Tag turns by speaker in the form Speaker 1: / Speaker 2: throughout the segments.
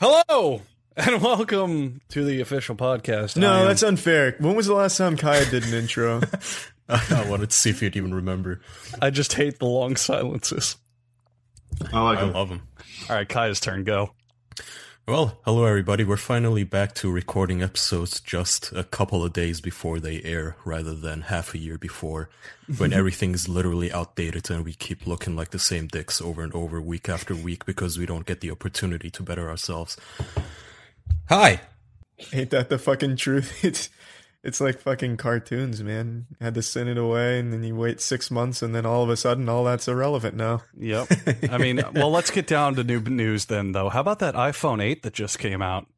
Speaker 1: Hello and welcome to the official podcast. I
Speaker 2: No,
Speaker 1: am-
Speaker 2: that's unfair. When was the last time Kaya did an intro?
Speaker 3: I wanted to see if you'd even remember.
Speaker 1: I just hate the long silences.
Speaker 4: I like
Speaker 3: I
Speaker 4: them.
Speaker 3: love them.
Speaker 1: All right, Kai's turn. Go.
Speaker 3: Well, hello everybody. We're finally back to recording episodes just a couple of days before they air, rather than half a year before, when everything's literally outdated and we keep looking like the same dicks over and over, week after week, because we don't get the opportunity to better ourselves. Hi.
Speaker 2: Ain't that the fucking truth? It's it's like fucking cartoons, man. Had to send it away, and then you wait six months, and then all of a sudden, all that's irrelevant now.
Speaker 1: Yep. I mean, well, let's get down to new news then, though. How about that iPhone 8 that just came out?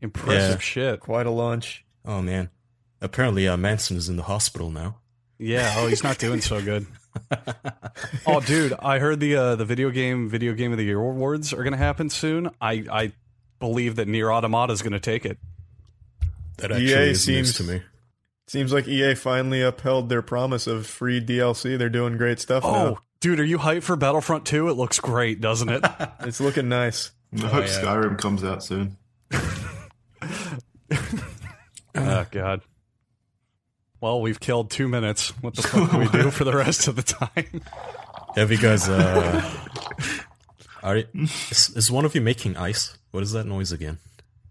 Speaker 1: Impressive
Speaker 3: Yeah.
Speaker 1: shit.
Speaker 2: Quite a launch.
Speaker 3: Oh man. Apparently, uh, Manson is in the hospital now.
Speaker 1: Yeah. Oh, he's not doing so good. oh, dude, I heard the uh, the video game video game of the year awards are going to happen soon. I I believe that Near Automata is going to take it.
Speaker 3: That
Speaker 2: EA
Speaker 3: actually is
Speaker 2: seems-
Speaker 3: news to me.
Speaker 2: Seems like EA finally upheld their promise of free DLC. They're doing great stuff
Speaker 1: Oh, dude, are you hyped for Battlefront 2? It looks great, doesn't it?
Speaker 2: now. It's looking nice.
Speaker 4: I hope
Speaker 3: yeah.
Speaker 4: Skyrim comes out soon.
Speaker 1: oh god. Well, we've killed two minutes. What the fuck do we do for the rest of the time?
Speaker 3: Have you guys? Uh, are you- is, is one of you making ice? What is that noise again?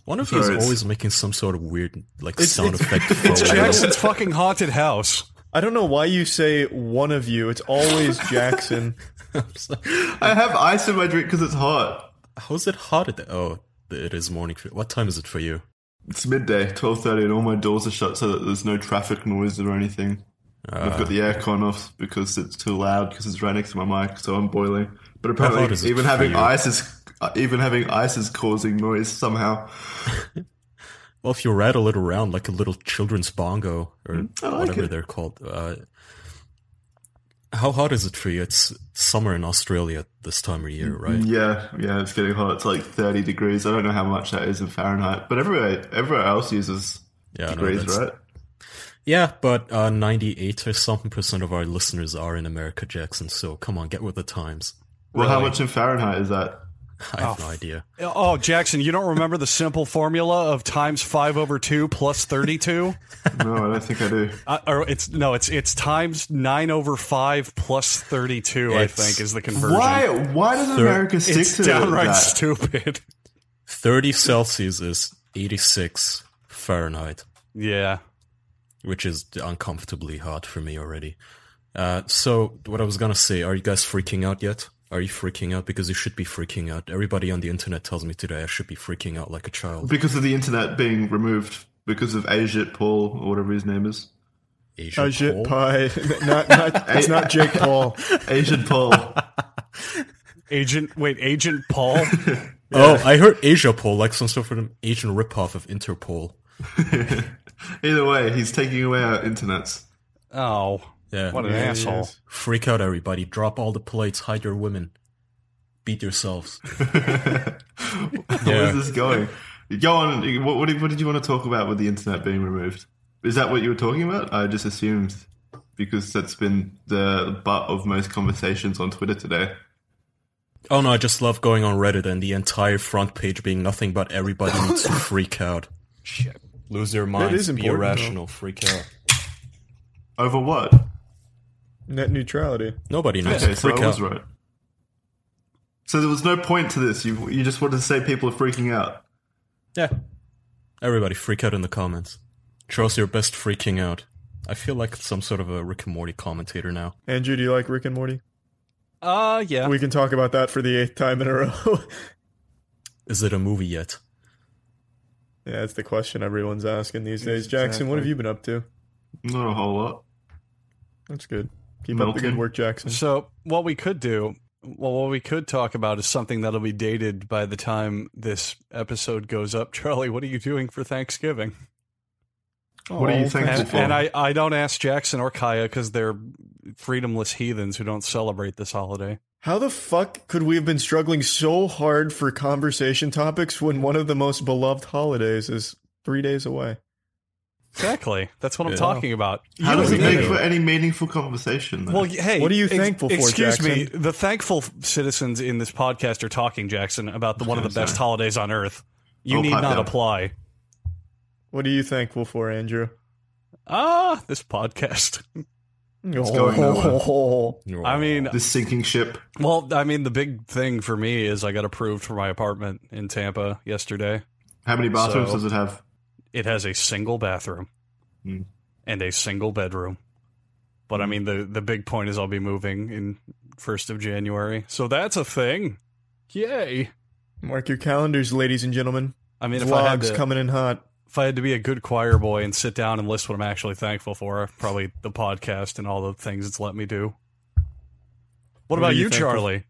Speaker 3: One of you is
Speaker 4: Sorry, it's-
Speaker 3: always making some sort of weird like sound effect.
Speaker 1: It's
Speaker 3: for-
Speaker 1: Jackson's fucking haunted house.
Speaker 2: I don't know why you say one of you. It's always Jackson.
Speaker 4: I have ice in my drink because it's hot.
Speaker 3: How's it hot? At the, oh, it is morning. For, what time is it for you?
Speaker 4: It's midday, twelve thirty, and all my doors are shut so that there's no traffic noise or anything. I've got the aircon off because it's too loud because it's right next to my mic, so I'm boiling. But
Speaker 3: hot is
Speaker 4: apparently,
Speaker 3: it
Speaker 4: even
Speaker 3: for
Speaker 4: having
Speaker 3: you?
Speaker 4: ice is uh, even having ice is causing noise somehow.
Speaker 3: Well, if you rattle it around like a little children's bongo or
Speaker 4: Mm-hmm. I like
Speaker 3: whatever
Speaker 4: it.
Speaker 3: they're called. Uh, how hot is it for you? It's summer in Australia this time of year,
Speaker 4: Mm-hmm.
Speaker 3: right?
Speaker 4: Yeah, yeah, it's getting hot. It's like thirty degrees. I don't know how much that is in Fahrenheit, but everywhere everywhere else uses
Speaker 3: Yeah, I know,
Speaker 4: degrees,
Speaker 3: that's-
Speaker 4: right?
Speaker 3: Yeah, but uh, 98 or something percent of our listeners are in America, Jackson. So come on, get with the times.
Speaker 4: Well, how much in Fahrenheit is that?
Speaker 3: I have no idea.
Speaker 1: Oh, Jackson, you don't remember the simple formula of times 5 over 2 plus 32?
Speaker 4: No, I don't think I do.
Speaker 1: Uh, or it's no, it's it's times 9 over 5 plus 32,
Speaker 3: It's-
Speaker 1: I think is the conversion.
Speaker 4: Why? Why does America stick
Speaker 1: It's
Speaker 4: to
Speaker 1: downright
Speaker 4: that?
Speaker 1: stupid.
Speaker 3: 30 Celsius is 86 Fahrenheit,
Speaker 1: Yeah.
Speaker 3: which is uncomfortably hot for me already. Uh, so, what I was gonna say, are you guys freaking out yet? Are you freaking out? Because you should be freaking out. Everybody on the internet tells me today I should be freaking out like a child.
Speaker 4: because of the internet being removed because of Ajit Paul or whatever his name is.
Speaker 3: Asia
Speaker 2: Oh shit,
Speaker 3: Paul?
Speaker 2: pie. Not, not, it's not Jake Paul.
Speaker 4: Ajit Paul.
Speaker 1: Agent wait, Agent Paul?
Speaker 3: Oh, I heard Asia Paul, like some sort of Asian ripoff of Interpol.
Speaker 4: Either way, he's taking away our internets.
Speaker 1: Oh.
Speaker 3: Yeah.
Speaker 1: What an
Speaker 2: Yeah, he
Speaker 1: asshole.
Speaker 2: is.
Speaker 3: Freak out, everybody. Drop all the plates. Hide your women. Beat yourselves.
Speaker 4: Where's this going? Go on. What, what, did, what did you want to talk about with the internet being removed? Is that what you were talking about? I just assumed because that's been the butt of most conversations on Twitter today.
Speaker 3: Oh no, I just love going on Reddit and the entire front page being nothing but everybody needs to freak out. Shit. Lose your mind.
Speaker 2: is
Speaker 3: Be
Speaker 2: important,
Speaker 3: irrational. Freak out.
Speaker 4: Over what?
Speaker 2: Net neutrality.
Speaker 3: Nobody knows.
Speaker 4: Okay, so
Speaker 3: freak
Speaker 4: I was
Speaker 3: out.
Speaker 4: right. So there was no point to this. You you just wanted to say people are freaking out.
Speaker 3: Yeah. Everybody freak out in the comments. Show us your best freaking out. I feel like some sort of a Rick and Morty commentator now.
Speaker 2: Andrew, do you like Rick and Morty?
Speaker 1: Uh yeah.
Speaker 2: We can talk about that for the eighth time in a row.
Speaker 3: Is it a movie yet?
Speaker 2: yeah, that's the question everyone's asking these days. Jackson, what have you been up to?
Speaker 4: Not a whole lot.
Speaker 2: That's good. Keep up the
Speaker 4: Milton.
Speaker 2: good work, Jackson.
Speaker 1: So what we could do, well, what we could talk about is something that'll be dated by the time this episode goes up. Charlie, what are you doing for Thanksgiving?
Speaker 4: What are you
Speaker 2: Aw,
Speaker 4: thankful
Speaker 1: And,
Speaker 4: for?
Speaker 1: and I, I don't ask Jackson or Kaya because they're freedomless heathens who don't celebrate this holiday.
Speaker 2: How the fuck could we have been struggling so hard for conversation topics when one of the most beloved holidays is three days away?
Speaker 1: Exactly. That's what I'm talking about.
Speaker 4: How
Speaker 1: You-
Speaker 4: does it
Speaker 2: Yeah.
Speaker 4: make for any meaningful conversation? Though?
Speaker 1: well, y- hey,
Speaker 2: What are you thankful for,
Speaker 1: Excuse me. The thankful f- citizens in this podcast are talking, Jackson, about the, one of the best holidays on earth. You
Speaker 4: Oh,
Speaker 1: need
Speaker 4: pipe
Speaker 1: not
Speaker 4: down.
Speaker 1: apply.
Speaker 2: What are you thankful for, Andrew?
Speaker 1: Ah, this podcast.
Speaker 2: Oh,
Speaker 4: going
Speaker 1: I mean,
Speaker 4: this sinking ship.
Speaker 1: well, I mean, the big thing for me is I got approved for my apartment in Tampa yesterday.
Speaker 4: How many bathrooms
Speaker 1: So-
Speaker 4: does it have?
Speaker 1: It has a single bathroom
Speaker 4: Hmm.
Speaker 1: and a single bedroom. But
Speaker 2: Hmm.
Speaker 1: I mean, the the big point is I'll be moving in first of January, so that's a thing. Yay!
Speaker 2: Mark your calendars, ladies and gentlemen.
Speaker 1: I mean, if I had
Speaker 2: Vlogs
Speaker 1: to,
Speaker 2: coming in hot.
Speaker 1: if I had to be a good choir boy and sit down and list what I'm actually thankful for, probably the podcast and all the things it's let me do. What,
Speaker 2: What are
Speaker 1: about
Speaker 2: you
Speaker 1: you,
Speaker 2: thankful
Speaker 1: Charlie?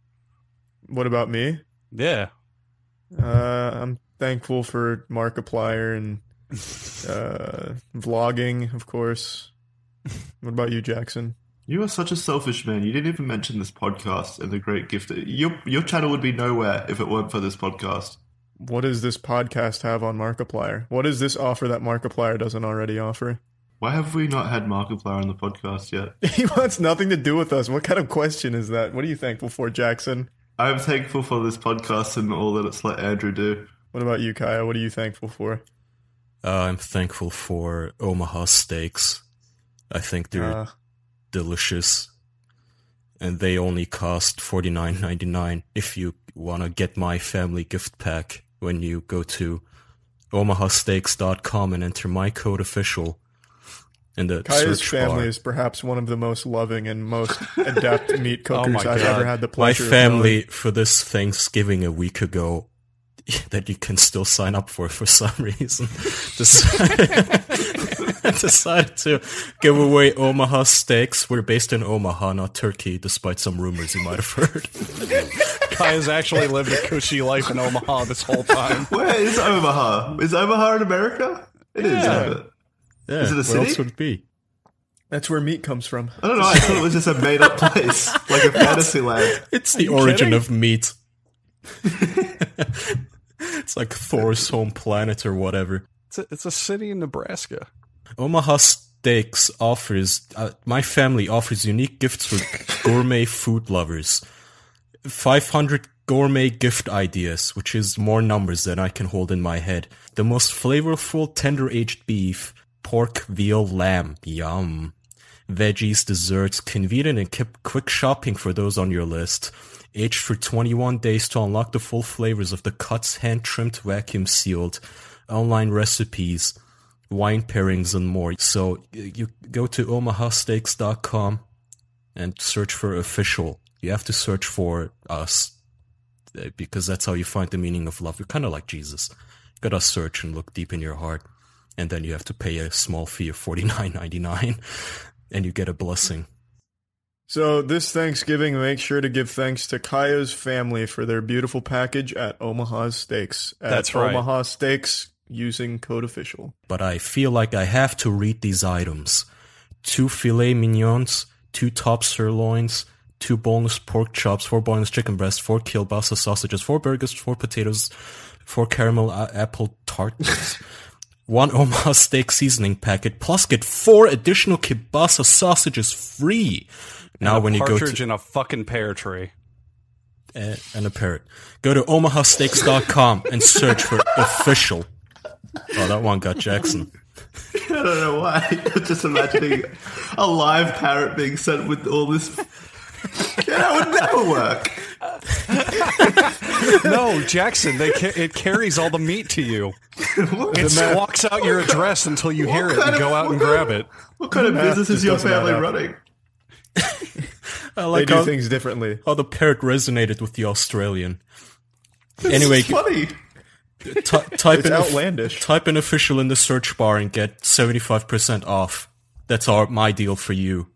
Speaker 2: What about me?
Speaker 1: Yeah,
Speaker 2: Uh, I'm thankful for Markiplier and uh, vlogging, of course. What about you, Jackson?
Speaker 4: You are such a selfish man. You didn't even mention this podcast and the great gift. Your your channel would be nowhere if it weren't for this podcast.
Speaker 2: What does this podcast have on Markiplier? What does this offer that Markiplier doesn't already offer?
Speaker 4: Why have we not had Markiplier on the podcast yet?
Speaker 2: He wants nothing to do with us. What kind of question is that? What are you thankful for, Jackson?
Speaker 4: I'm thankful for this podcast and all that it's let Andrew do.
Speaker 2: What about you, Kaya? What are you thankful for?
Speaker 3: Uh, I'm thankful for Omaha steaks. I think they're
Speaker 2: Uh,
Speaker 3: delicious, and they only cost forty nine ninety nine. If you want to get my family gift pack, when you go to omahasteaks.com and enter my code official in the
Speaker 2: Kaya's
Speaker 3: search
Speaker 2: family
Speaker 3: bar.
Speaker 2: is perhaps one of the most loving and most adept meat cookers
Speaker 1: my
Speaker 2: I've
Speaker 1: God.
Speaker 2: ever had the
Speaker 3: Oh my
Speaker 2: pleasure. of knowing.
Speaker 3: family for this Thanksgiving a week ago that you can still sign up for for some reason decided, decided to give away Omaha steaks. We're based in Omaha, not Turkey, despite some rumors you might have heard.
Speaker 1: Kai has actually lived a cushy life in Omaha this whole time.
Speaker 4: Where is Omaha? Is Omaha in America? It is, isn't it?
Speaker 3: Yeah,
Speaker 4: Is it a
Speaker 3: where
Speaker 4: city?
Speaker 3: else would it be?
Speaker 2: That's where meat comes from.
Speaker 4: I don't know. I thought it was just a made up place, like a fantasy land.
Speaker 3: It's the origin
Speaker 1: kidding?
Speaker 3: of meat. it's like Thor's home planet or whatever.
Speaker 1: It's a, it's a city in Nebraska.
Speaker 3: Omaha Steaks offers, uh, my family offers unique gifts for gourmet food lovers. 500 gourmet gift ideas, which is more numbers than I can hold in my head. The most flavorful tender aged beef, pork, veal, lamb. Yum. Veggies, desserts, convenient and kept quick shopping for those on your list. Aged for 21 days to unlock the full flavors of the cuts, hand trimmed, vacuum sealed. Online recipes wine pairings and more. So y- you go to omahasteaks.com and search for official. You have to search for us uh, because that's how you find the meaning of love. You're kind of like Jesus. You gotta search and look deep in your heart, and then you have to pay a small fee of forty nine ninety nine, and you get a blessing.
Speaker 2: So this Thanksgiving, make sure to give thanks to Kaya's family for their beautiful package at Omaha's Steaks. At
Speaker 1: That's right.
Speaker 2: Omaha Steaks using code official.
Speaker 3: but I feel like I have to read these items. Two filet mignons, two top sirloins, two boneless pork chops, four boneless chicken breasts, four kielbasa sausages, four burgers, four potatoes, four caramel a- apple tarts, one Omaha steak seasoning packet, plus get four additional kielbasa sausages free. Now, when you go to
Speaker 1: Partridge in a fucking pear tree.
Speaker 3: uh, and a parrot. Go to omahasteaks.com and search for official. Oh, that one got Jackson.
Speaker 4: I don't know why. I'm just imagining a live parrot being sent with all this. Yeah, that would never work.
Speaker 1: No, Jackson, they ca- it carries all the meat to you.
Speaker 4: What,
Speaker 1: It walks out your address until you hear it and
Speaker 4: kind of-
Speaker 1: go out and
Speaker 4: what
Speaker 1: grab
Speaker 4: kind of-
Speaker 1: it.
Speaker 4: what kind of business is
Speaker 2: just
Speaker 4: your
Speaker 2: doesn't add
Speaker 4: family
Speaker 2: up.
Speaker 4: running?
Speaker 3: I
Speaker 2: They
Speaker 3: like
Speaker 2: do
Speaker 3: how-
Speaker 2: things differently.
Speaker 3: how the parrot resonated with the Australian.
Speaker 4: Anyway,
Speaker 3: anyway,
Speaker 4: it's funny.
Speaker 3: t- type
Speaker 2: It's
Speaker 3: in
Speaker 2: outlandish.
Speaker 3: type in official in the search bar and get seventy five percent off. That's our my deal for you.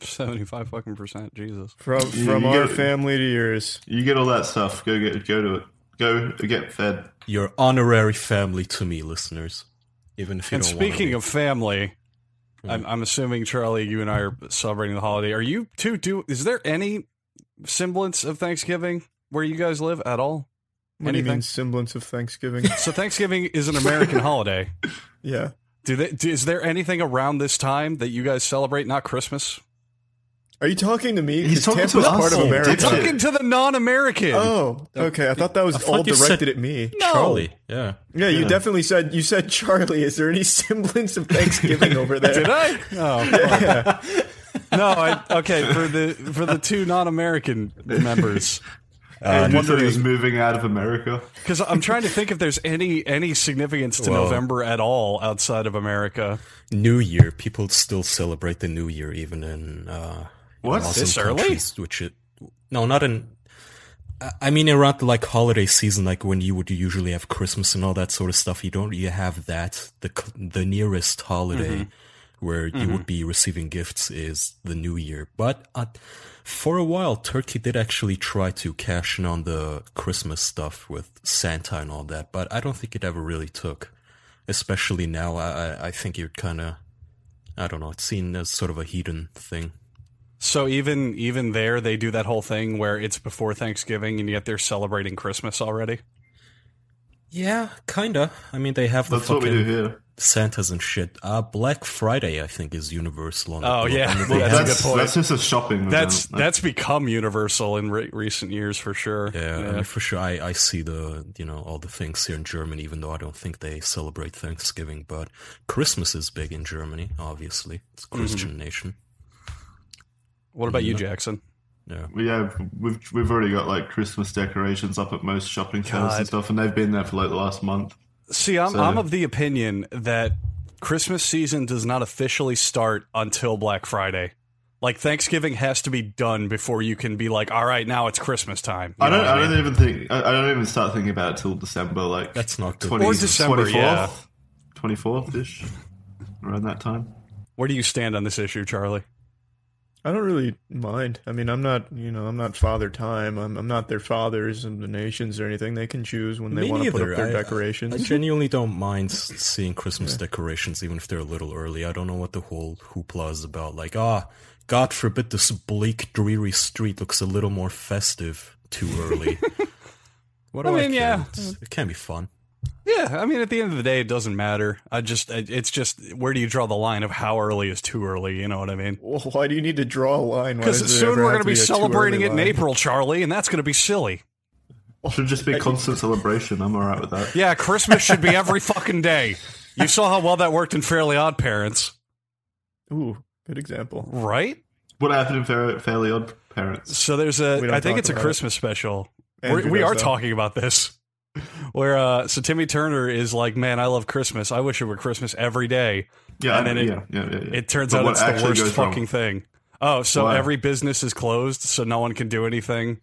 Speaker 1: Seventy-five fucking percent, Jesus.
Speaker 2: From from
Speaker 4: you
Speaker 2: our
Speaker 4: get-
Speaker 2: family to yours.
Speaker 4: You get all that stuff. Go get go to it. Go get fed.
Speaker 3: Your honorary family to me, listeners. Even if you
Speaker 1: And
Speaker 3: don't wanna
Speaker 1: speaking
Speaker 3: be.
Speaker 1: of family, I'm, I'm assuming Charlie, you and I are celebrating the holiday. Are you two? Do is there any semblance of Thanksgiving where you guys live at all?
Speaker 2: What do you
Speaker 1: Anything?
Speaker 2: mean semblance of Thanksgiving?
Speaker 1: So Thanksgiving is an American holiday.
Speaker 2: yeah.
Speaker 1: Do they, do, is there anything around this time that you guys celebrate? Not Christmas.
Speaker 2: Are you talking to me?
Speaker 4: He's
Speaker 2: 'Cause
Speaker 4: talking to
Speaker 2: Tampa's
Speaker 4: us,
Speaker 2: part of
Speaker 4: you
Speaker 2: America.
Speaker 4: dipshit.
Speaker 1: Talking to the non-American.
Speaker 2: Oh, okay. I thought that was
Speaker 3: I thought
Speaker 2: all
Speaker 3: you said-
Speaker 2: directed at me.
Speaker 1: No.
Speaker 3: Charlie. Yeah.
Speaker 2: Yeah, you definitely said you said Charlie. Is there any semblance of Thanksgiving over there?
Speaker 1: Did I? Oh, fuck. no. I, okay, for the for the two non-American members,
Speaker 4: Uh, you said he was moving out of America.
Speaker 1: because I'm trying to think if there's any any significance to
Speaker 3: Whoa.
Speaker 1: November at all outside of America.
Speaker 3: New Year. People still celebrate the New Year even in uh
Speaker 4: What?
Speaker 3: Muslim
Speaker 1: This early?
Speaker 3: countries, Which it, no, not in. I- I mean, around the, like holiday season, like when you would usually have Christmas and all that sort of stuff, you don't you have that the c- the nearest holiday
Speaker 1: Mm-hmm.
Speaker 3: where you would be receiving gifts is the New Year. But uh, for a while, Turkey did actually try to cash in on the Christmas stuff with Santa and all that, but I don't think it ever really took. Especially now, I I- I think you'd kind of, I don't know, it's seen as sort of a heathen thing.
Speaker 1: So even even there, they do that whole thing where it's before Thanksgiving, and yet they're celebrating Christmas already.
Speaker 3: Yeah, kinda. I mean, they have the
Speaker 4: That's what we
Speaker 3: fucking
Speaker 4: do here.
Speaker 3: Santas and shit. Uh, Black Friday, I think, is universal. On the
Speaker 1: Oh,
Speaker 3: globe.
Speaker 1: yeah.
Speaker 3: I mean,
Speaker 1: Well,
Speaker 3: they
Speaker 1: that's a
Speaker 3: have-
Speaker 1: good point.
Speaker 4: That's just a shopping. event.
Speaker 1: That's that's become universal in re- recent years for sure.
Speaker 3: Yeah, I mean, for sure. I, I see the you know all the things here in Germany, even though I don't think they celebrate Thanksgiving, but Christmas is big in Germany. Obviously, it's a Christian nation.
Speaker 1: What about you, Jackson?
Speaker 3: Yeah.
Speaker 4: We have we've we've already got like Christmas decorations up at most shopping centers
Speaker 1: God.
Speaker 4: and stuff, and they've been there for like the last month.
Speaker 1: See, I'm
Speaker 4: So-
Speaker 1: I'm of the opinion that Christmas season does not officially start until Black Friday. Like Thanksgiving has to be done before you can be like, all right, now it's Christmas time. You
Speaker 4: I don't
Speaker 1: know what
Speaker 4: I
Speaker 1: mean?
Speaker 4: don't even think I, I don't even start thinking about it till December like
Speaker 3: That's not good.
Speaker 4: 20,
Speaker 1: Or December,
Speaker 4: 24th,
Speaker 1: yeah.
Speaker 4: 24th ish around that time.
Speaker 1: Where do you stand on this issue, Charlie?
Speaker 2: I don't really mind. I mean, I'm not, you know, I'm not father time. I'm, I'm not their fathers and the nations or anything. They can choose when they
Speaker 3: Me
Speaker 2: want to put
Speaker 3: neither.
Speaker 2: up their
Speaker 3: I-
Speaker 2: decorations.
Speaker 3: I genuinely don't mind s- seeing Christmas decorations, even if they're a little early. I don't know what the whole hoopla is about. Like, ah, God forbid this bleak, dreary street looks a little more festive too early. what do
Speaker 1: I
Speaker 3: I,
Speaker 1: mean,
Speaker 3: care?
Speaker 1: yeah.
Speaker 3: It's- it can be fun.
Speaker 1: Yeah, I mean, at the end of the day, it doesn't matter. I just, I- it's just, where do you draw the line of how early is too early? You know what I mean?
Speaker 2: Well, why do you need to draw a line? Why
Speaker 1: Because
Speaker 2: does it
Speaker 1: soon
Speaker 2: ever
Speaker 1: we're
Speaker 2: have
Speaker 1: going to
Speaker 2: to
Speaker 1: be
Speaker 2: a too
Speaker 1: celebrating
Speaker 2: early
Speaker 1: it in
Speaker 2: line?
Speaker 1: April, Charlie, and that's going to be silly. Oh.
Speaker 4: Should just be constant celebration. I'm alright with that.
Speaker 1: Yeah, Christmas should be every fucking day. You saw how well that worked in Fairly Odd Parents,
Speaker 2: Ooh, good example.
Speaker 1: right?
Speaker 4: What happened in Fair, Fairly Odd Parents?
Speaker 1: So there's a,
Speaker 2: We don't
Speaker 1: I think
Speaker 2: talk
Speaker 1: it's a
Speaker 2: about
Speaker 1: Christmas special.
Speaker 2: Andrew
Speaker 1: We're, we
Speaker 2: does
Speaker 1: are
Speaker 2: that.
Speaker 1: talking about this. Where, uh, so Timmy Turner is like, man, I love Christmas. I wish it were Christmas every day.
Speaker 4: Yeah,
Speaker 1: And
Speaker 4: I-
Speaker 1: then it-
Speaker 4: yeah, yeah, yeah, yeah.
Speaker 1: It turns
Speaker 4: But
Speaker 1: out
Speaker 4: what
Speaker 1: it's the
Speaker 4: actually
Speaker 1: worst
Speaker 4: goes wrong?
Speaker 1: fucking thing. Oh, so
Speaker 4: Why?
Speaker 1: every business is closed, so no one can do anything.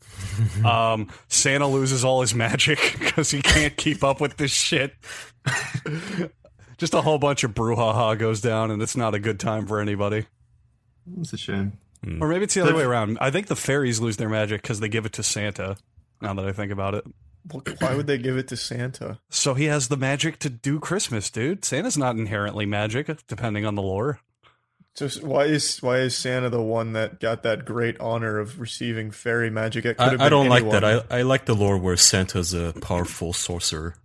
Speaker 1: um, Santa loses all his magic because he can't keep up with this shit. Just a whole bunch of brouhaha goes down, and it's not a good time for anybody.
Speaker 4: It's a shame.
Speaker 1: Or maybe it's the other
Speaker 4: They've-
Speaker 1: way around. I think the fairies lose their magic because they give it to Santa. Now that I think about it,
Speaker 2: Well, why would they give it to Santa?
Speaker 1: so he has the magic to do Christmas, dude. Santa's not inherently magic, depending on the lore.
Speaker 2: Just why is why is Santa the one that got that great honor of receiving fairy magic? It could have
Speaker 3: I, I
Speaker 2: been
Speaker 3: don't like
Speaker 2: anyone.
Speaker 3: that. I, I like the lore where Santa's a powerful sorcerer.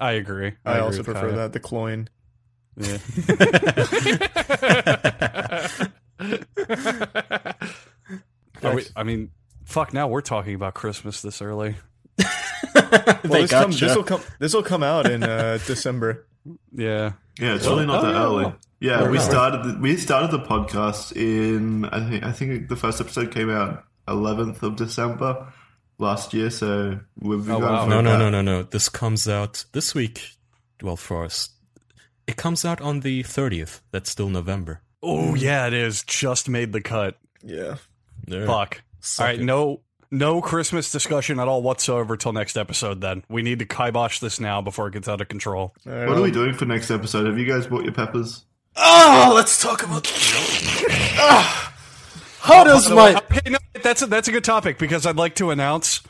Speaker 1: I agree.
Speaker 2: I,
Speaker 1: agree
Speaker 2: also
Speaker 1: with
Speaker 2: prefer
Speaker 1: Kaya.
Speaker 2: that the cloyne.
Speaker 1: Yeah. Are we- I mean, fuck. Now we're talking about Christmas this early.
Speaker 2: Well, this come,
Speaker 3: gotcha.
Speaker 2: this'll come this'll come out in uh, December.
Speaker 1: Yeah.
Speaker 2: Mm.
Speaker 4: Yeah, it's really not
Speaker 1: oh,
Speaker 4: that
Speaker 1: yeah,
Speaker 4: early.
Speaker 1: well,
Speaker 4: Yeah,
Speaker 1: fair
Speaker 4: we
Speaker 1: enough.
Speaker 4: started the, we started the podcast in I think I think the first episode came out 11th of December last year, so we've been
Speaker 1: Oh,
Speaker 4: going
Speaker 1: wow.
Speaker 4: for
Speaker 3: No, no,
Speaker 4: about-
Speaker 3: no, no, no. This comes out this week. Well, for us, it comes out on the thirtieth. That's still November.
Speaker 1: Oh yeah, it is. Just made the cut.
Speaker 2: Yeah.
Speaker 3: There.
Speaker 1: Fuck.
Speaker 3: Suck
Speaker 1: All right.
Speaker 3: it.
Speaker 1: No. No Christmas discussion at all whatsoever till next episode. Then we need to kibosh this now before it gets out of control.
Speaker 2: All right,
Speaker 4: What are
Speaker 2: I'll-
Speaker 4: we doing for next episode? Have you guys bought your peppers?
Speaker 3: Oh, let's talk about. How does
Speaker 1: So,
Speaker 3: my
Speaker 1: okay, no, that's a, that's a good topic because I'd like to announce,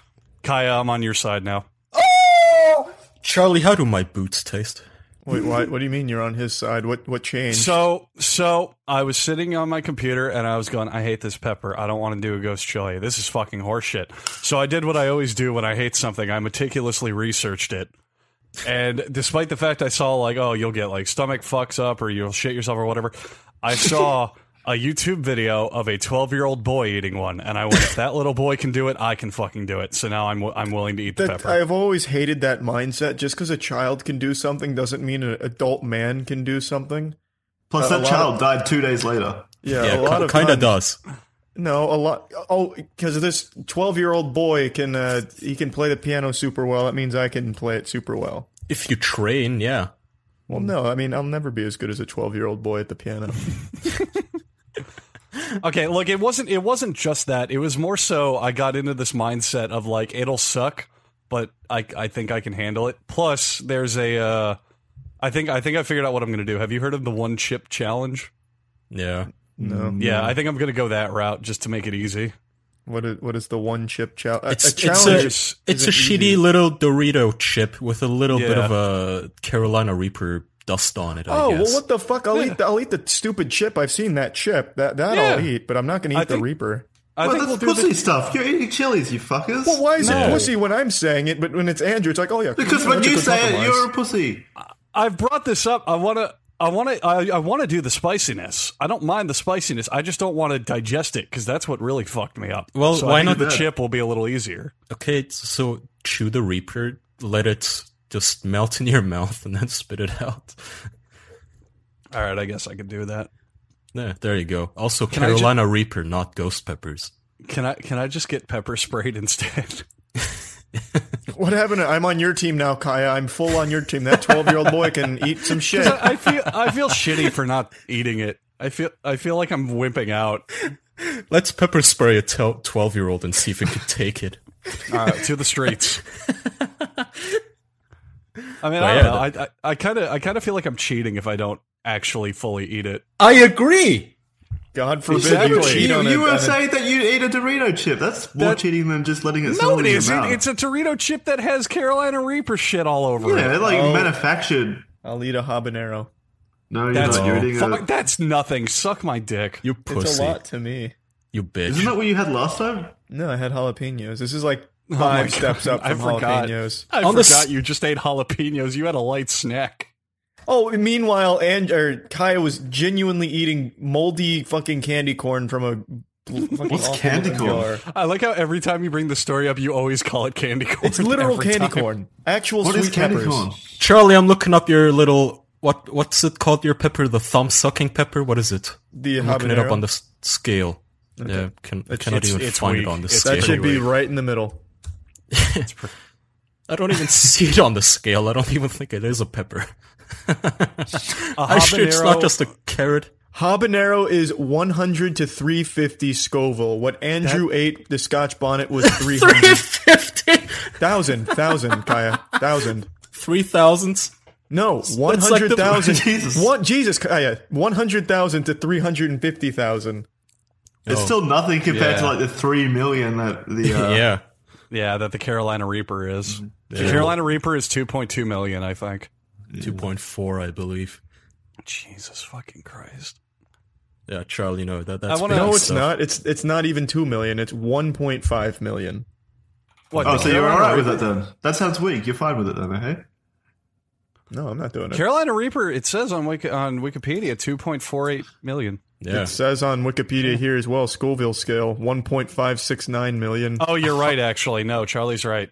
Speaker 1: Kaya, I'm on your side now.
Speaker 3: Charlie? How do my boots taste?
Speaker 2: Wait, why, what do you mean you're on his side? What what changed?
Speaker 1: So, so I was sitting on my computer and I was going, I hate this pepper. I don't want to do a ghost chili. This is fucking horseshit. So I did what I always do when I hate something. I meticulously researched it, And despite the fact I saw like, oh, you'll get like stomach fucks up or you'll shit yourself or whatever, I saw a YouTube video of a 12 year old boy eating one, and I went, if that little boy can do it, I can fucking do it. So now I'm I'm willing to eat the
Speaker 2: That,
Speaker 1: pepper.
Speaker 2: I've always hated that mindset. Just because a child can do something doesn't mean an adult man can do something.
Speaker 4: Plus,
Speaker 2: Uh, A- a
Speaker 4: that
Speaker 2: lot
Speaker 4: child
Speaker 2: of-
Speaker 4: died two days later.
Speaker 2: Yeah, a
Speaker 3: Yeah,
Speaker 2: lot
Speaker 3: ki-
Speaker 2: of
Speaker 3: kind of
Speaker 2: times-
Speaker 3: does.
Speaker 2: No, a lot. Oh, because this twelve-year-old boy can uh, he can play the piano super well. That means I can play it super well.
Speaker 3: If you train, yeah.
Speaker 2: Well, no, I mean I'll never be as good as a twelve-year-old boy at the piano.
Speaker 1: Okay, look, it wasn't it wasn't just that. It was more so I got into this mindset of like it'll suck, but I I think I can handle it. Plus, there's a uh, I think I think I figured out what I'm going to do. Have you heard of the one chip challenge?
Speaker 3: Yeah.
Speaker 2: No,
Speaker 1: Yeah, I think I'm going to go that route just to make it easy.
Speaker 2: what is what is the one chip challenge?
Speaker 3: It's-
Speaker 2: a
Speaker 3: it's a-
Speaker 2: challenge
Speaker 1: It's-
Speaker 2: is- is
Speaker 3: It's a
Speaker 2: an
Speaker 3: shitty
Speaker 2: easy-
Speaker 3: little Dorito chip with a little bit
Speaker 1: Yeah.
Speaker 3: of a Carolina Reaper dust on it, I
Speaker 2: Oh
Speaker 3: guess.
Speaker 2: well, what the fuck? I'll eat. The, I'll eat the stupid chip. I've seen that chip. That that I'll
Speaker 1: Yeah.
Speaker 2: eat, but I'm not gonna eat
Speaker 1: I
Speaker 2: the
Speaker 1: think-
Speaker 2: Reaper.
Speaker 1: I
Speaker 4: well,
Speaker 1: think
Speaker 4: that's
Speaker 1: we'll do
Speaker 4: pussy
Speaker 1: the,
Speaker 4: stuff. You're eating chilies, you fuckers.
Speaker 2: Well, why is
Speaker 3: No.
Speaker 2: it pussy when I'm saying it, but when it's Andrew, it's like, oh yeah,
Speaker 4: because
Speaker 2: that's
Speaker 4: when
Speaker 2: a
Speaker 4: you
Speaker 2: good
Speaker 4: say it,
Speaker 2: compromise.
Speaker 4: you're a pussy.
Speaker 1: I've brought this up. I want to I want to I, I want to do the spiciness. I don't mind the spiciness. I just don't want to digest it cuz that's what really fucked me up.
Speaker 3: Well,
Speaker 1: So I
Speaker 3: why
Speaker 1: think
Speaker 3: not-
Speaker 1: the chip will be a little easier.
Speaker 3: Okay, so chew the Reaper, let it just melt in your mouth, and then spit it out.
Speaker 1: All right, I guess I could do that.
Speaker 3: Yeah, there you go. Also,
Speaker 1: I ju-
Speaker 3: Carolina Reaper, not ghost peppers.
Speaker 1: Can I can I just get pepper sprayed instead?
Speaker 2: What happened? to- I'm on your team now, Kaya. I'm full on your team. That 12 year old boy can eat some shit.
Speaker 1: I, I feel I feel shitty for not eating it. I feel I feel like I'm wimping out
Speaker 3: Let's pepper spray a twelve-year-old and see if it could take it.
Speaker 1: uh, to the streets. I mean,
Speaker 3: Well,
Speaker 1: I
Speaker 3: yeah,
Speaker 1: don't know. I- I I kind of I kind of feel like I'm cheating if I don't actually fully eat it.
Speaker 3: I agree.
Speaker 2: God forbid
Speaker 1: Exactly.
Speaker 2: you cheat
Speaker 4: You,
Speaker 2: on
Speaker 4: you
Speaker 2: a, on
Speaker 4: were
Speaker 2: a-
Speaker 4: saying that you'd eat a Dorito chip. That's more
Speaker 1: That-
Speaker 4: cheating than just letting it
Speaker 1: No,
Speaker 4: settle
Speaker 1: it
Speaker 4: in your
Speaker 1: isn't.
Speaker 4: mouth.
Speaker 1: It's a Torito chip that has Carolina Reaper shit all over
Speaker 4: yeah,
Speaker 1: it.
Speaker 4: like
Speaker 2: Oh.
Speaker 4: manufactured.
Speaker 2: I'll eat a habanero.
Speaker 4: No, you're
Speaker 1: That's
Speaker 4: not. You're eating
Speaker 1: fuck,
Speaker 4: a.
Speaker 1: that's nothing. Suck my dick.
Speaker 3: You
Speaker 2: It's a
Speaker 3: pussy.
Speaker 2: lot to me.
Speaker 3: You bitch.
Speaker 4: Isn't that what you had last time?
Speaker 2: No, I had jalapenos. This is like
Speaker 1: Oh my
Speaker 2: five steps
Speaker 1: God,
Speaker 2: up from
Speaker 1: I forgot.
Speaker 2: jalapenos.
Speaker 1: I
Speaker 3: On the s-
Speaker 1: forgot you just ate jalapenos. You had a light snack.
Speaker 2: Oh, meanwhile, and or Kaya was genuinely eating moldy fucking candy corn from a bl- fucking
Speaker 4: What's
Speaker 2: awful
Speaker 4: candy
Speaker 2: looking
Speaker 4: corn?
Speaker 2: jar.
Speaker 1: I like how every time you bring the story up, you always call it candy corn.
Speaker 2: It's literal
Speaker 1: every
Speaker 2: candy
Speaker 1: time.
Speaker 2: corn. Actual
Speaker 4: What
Speaker 2: sweet
Speaker 4: is candy
Speaker 2: peppers.
Speaker 4: corn?
Speaker 3: Charlie, I'm looking up your little what? What's it called? Your pepper, the thumb-sucking pepper. What is it?
Speaker 2: The
Speaker 3: I'm looking it up
Speaker 2: habanero.
Speaker 3: on the s- scale. Yeah, can, cannot
Speaker 1: it's-
Speaker 3: even
Speaker 1: it's
Speaker 3: find
Speaker 1: weak.
Speaker 3: it on the
Speaker 1: It's-
Speaker 3: scale.
Speaker 2: that should be
Speaker 1: Anyway.
Speaker 2: right in the middle.
Speaker 3: I don't even see it on the scale. I don't even think it is a pepper.
Speaker 1: A
Speaker 3: I should, it's not
Speaker 1: habanero-
Speaker 3: just a carrot.
Speaker 2: Habanero is 100 to 350 Scoville. What Andrew ate, the Scotch bonnet was 300.
Speaker 3: 350!
Speaker 2: thousand, thousand, Kaya. Thousand.
Speaker 3: Three thousands?
Speaker 2: No,
Speaker 3: that's like the-
Speaker 2: 100,000.
Speaker 4: Jesus.
Speaker 2: One, Jesus, Kaya. 100,000 to 350,000.
Speaker 4: It's
Speaker 3: Oh.
Speaker 4: still nothing compared to
Speaker 3: Yeah.
Speaker 4: like the three million that the. Uh,
Speaker 3: yeah.
Speaker 1: Yeah, that the Carolina Reaper is. The
Speaker 3: Yeah.
Speaker 1: Carolina Reaper is 2.2 million, I think.
Speaker 3: 2.4, I believe.
Speaker 1: Jesus fucking Christ.
Speaker 3: Yeah, Charlie, no, that, that's
Speaker 1: I wanna-
Speaker 3: big
Speaker 2: No, it's
Speaker 3: stuff.
Speaker 2: not. It's it's not even 2 million. It's 1.5 million.
Speaker 1: What,
Speaker 4: Oh,
Speaker 1: the
Speaker 4: so you're
Speaker 1: Carolina
Speaker 4: alright with
Speaker 1: Reaper-
Speaker 4: it then? That sounds weak. You're fine with it then, eh? okay?
Speaker 2: No, I'm not doing it.
Speaker 1: Carolina Reaper, it says on, Wiki, on Wikipedia 2.48 million.
Speaker 3: Yeah.
Speaker 2: It says on Wikipedia here as well, Scoville scale, 1.569 million.
Speaker 1: Oh, you're right, actually. No, Charlie's right.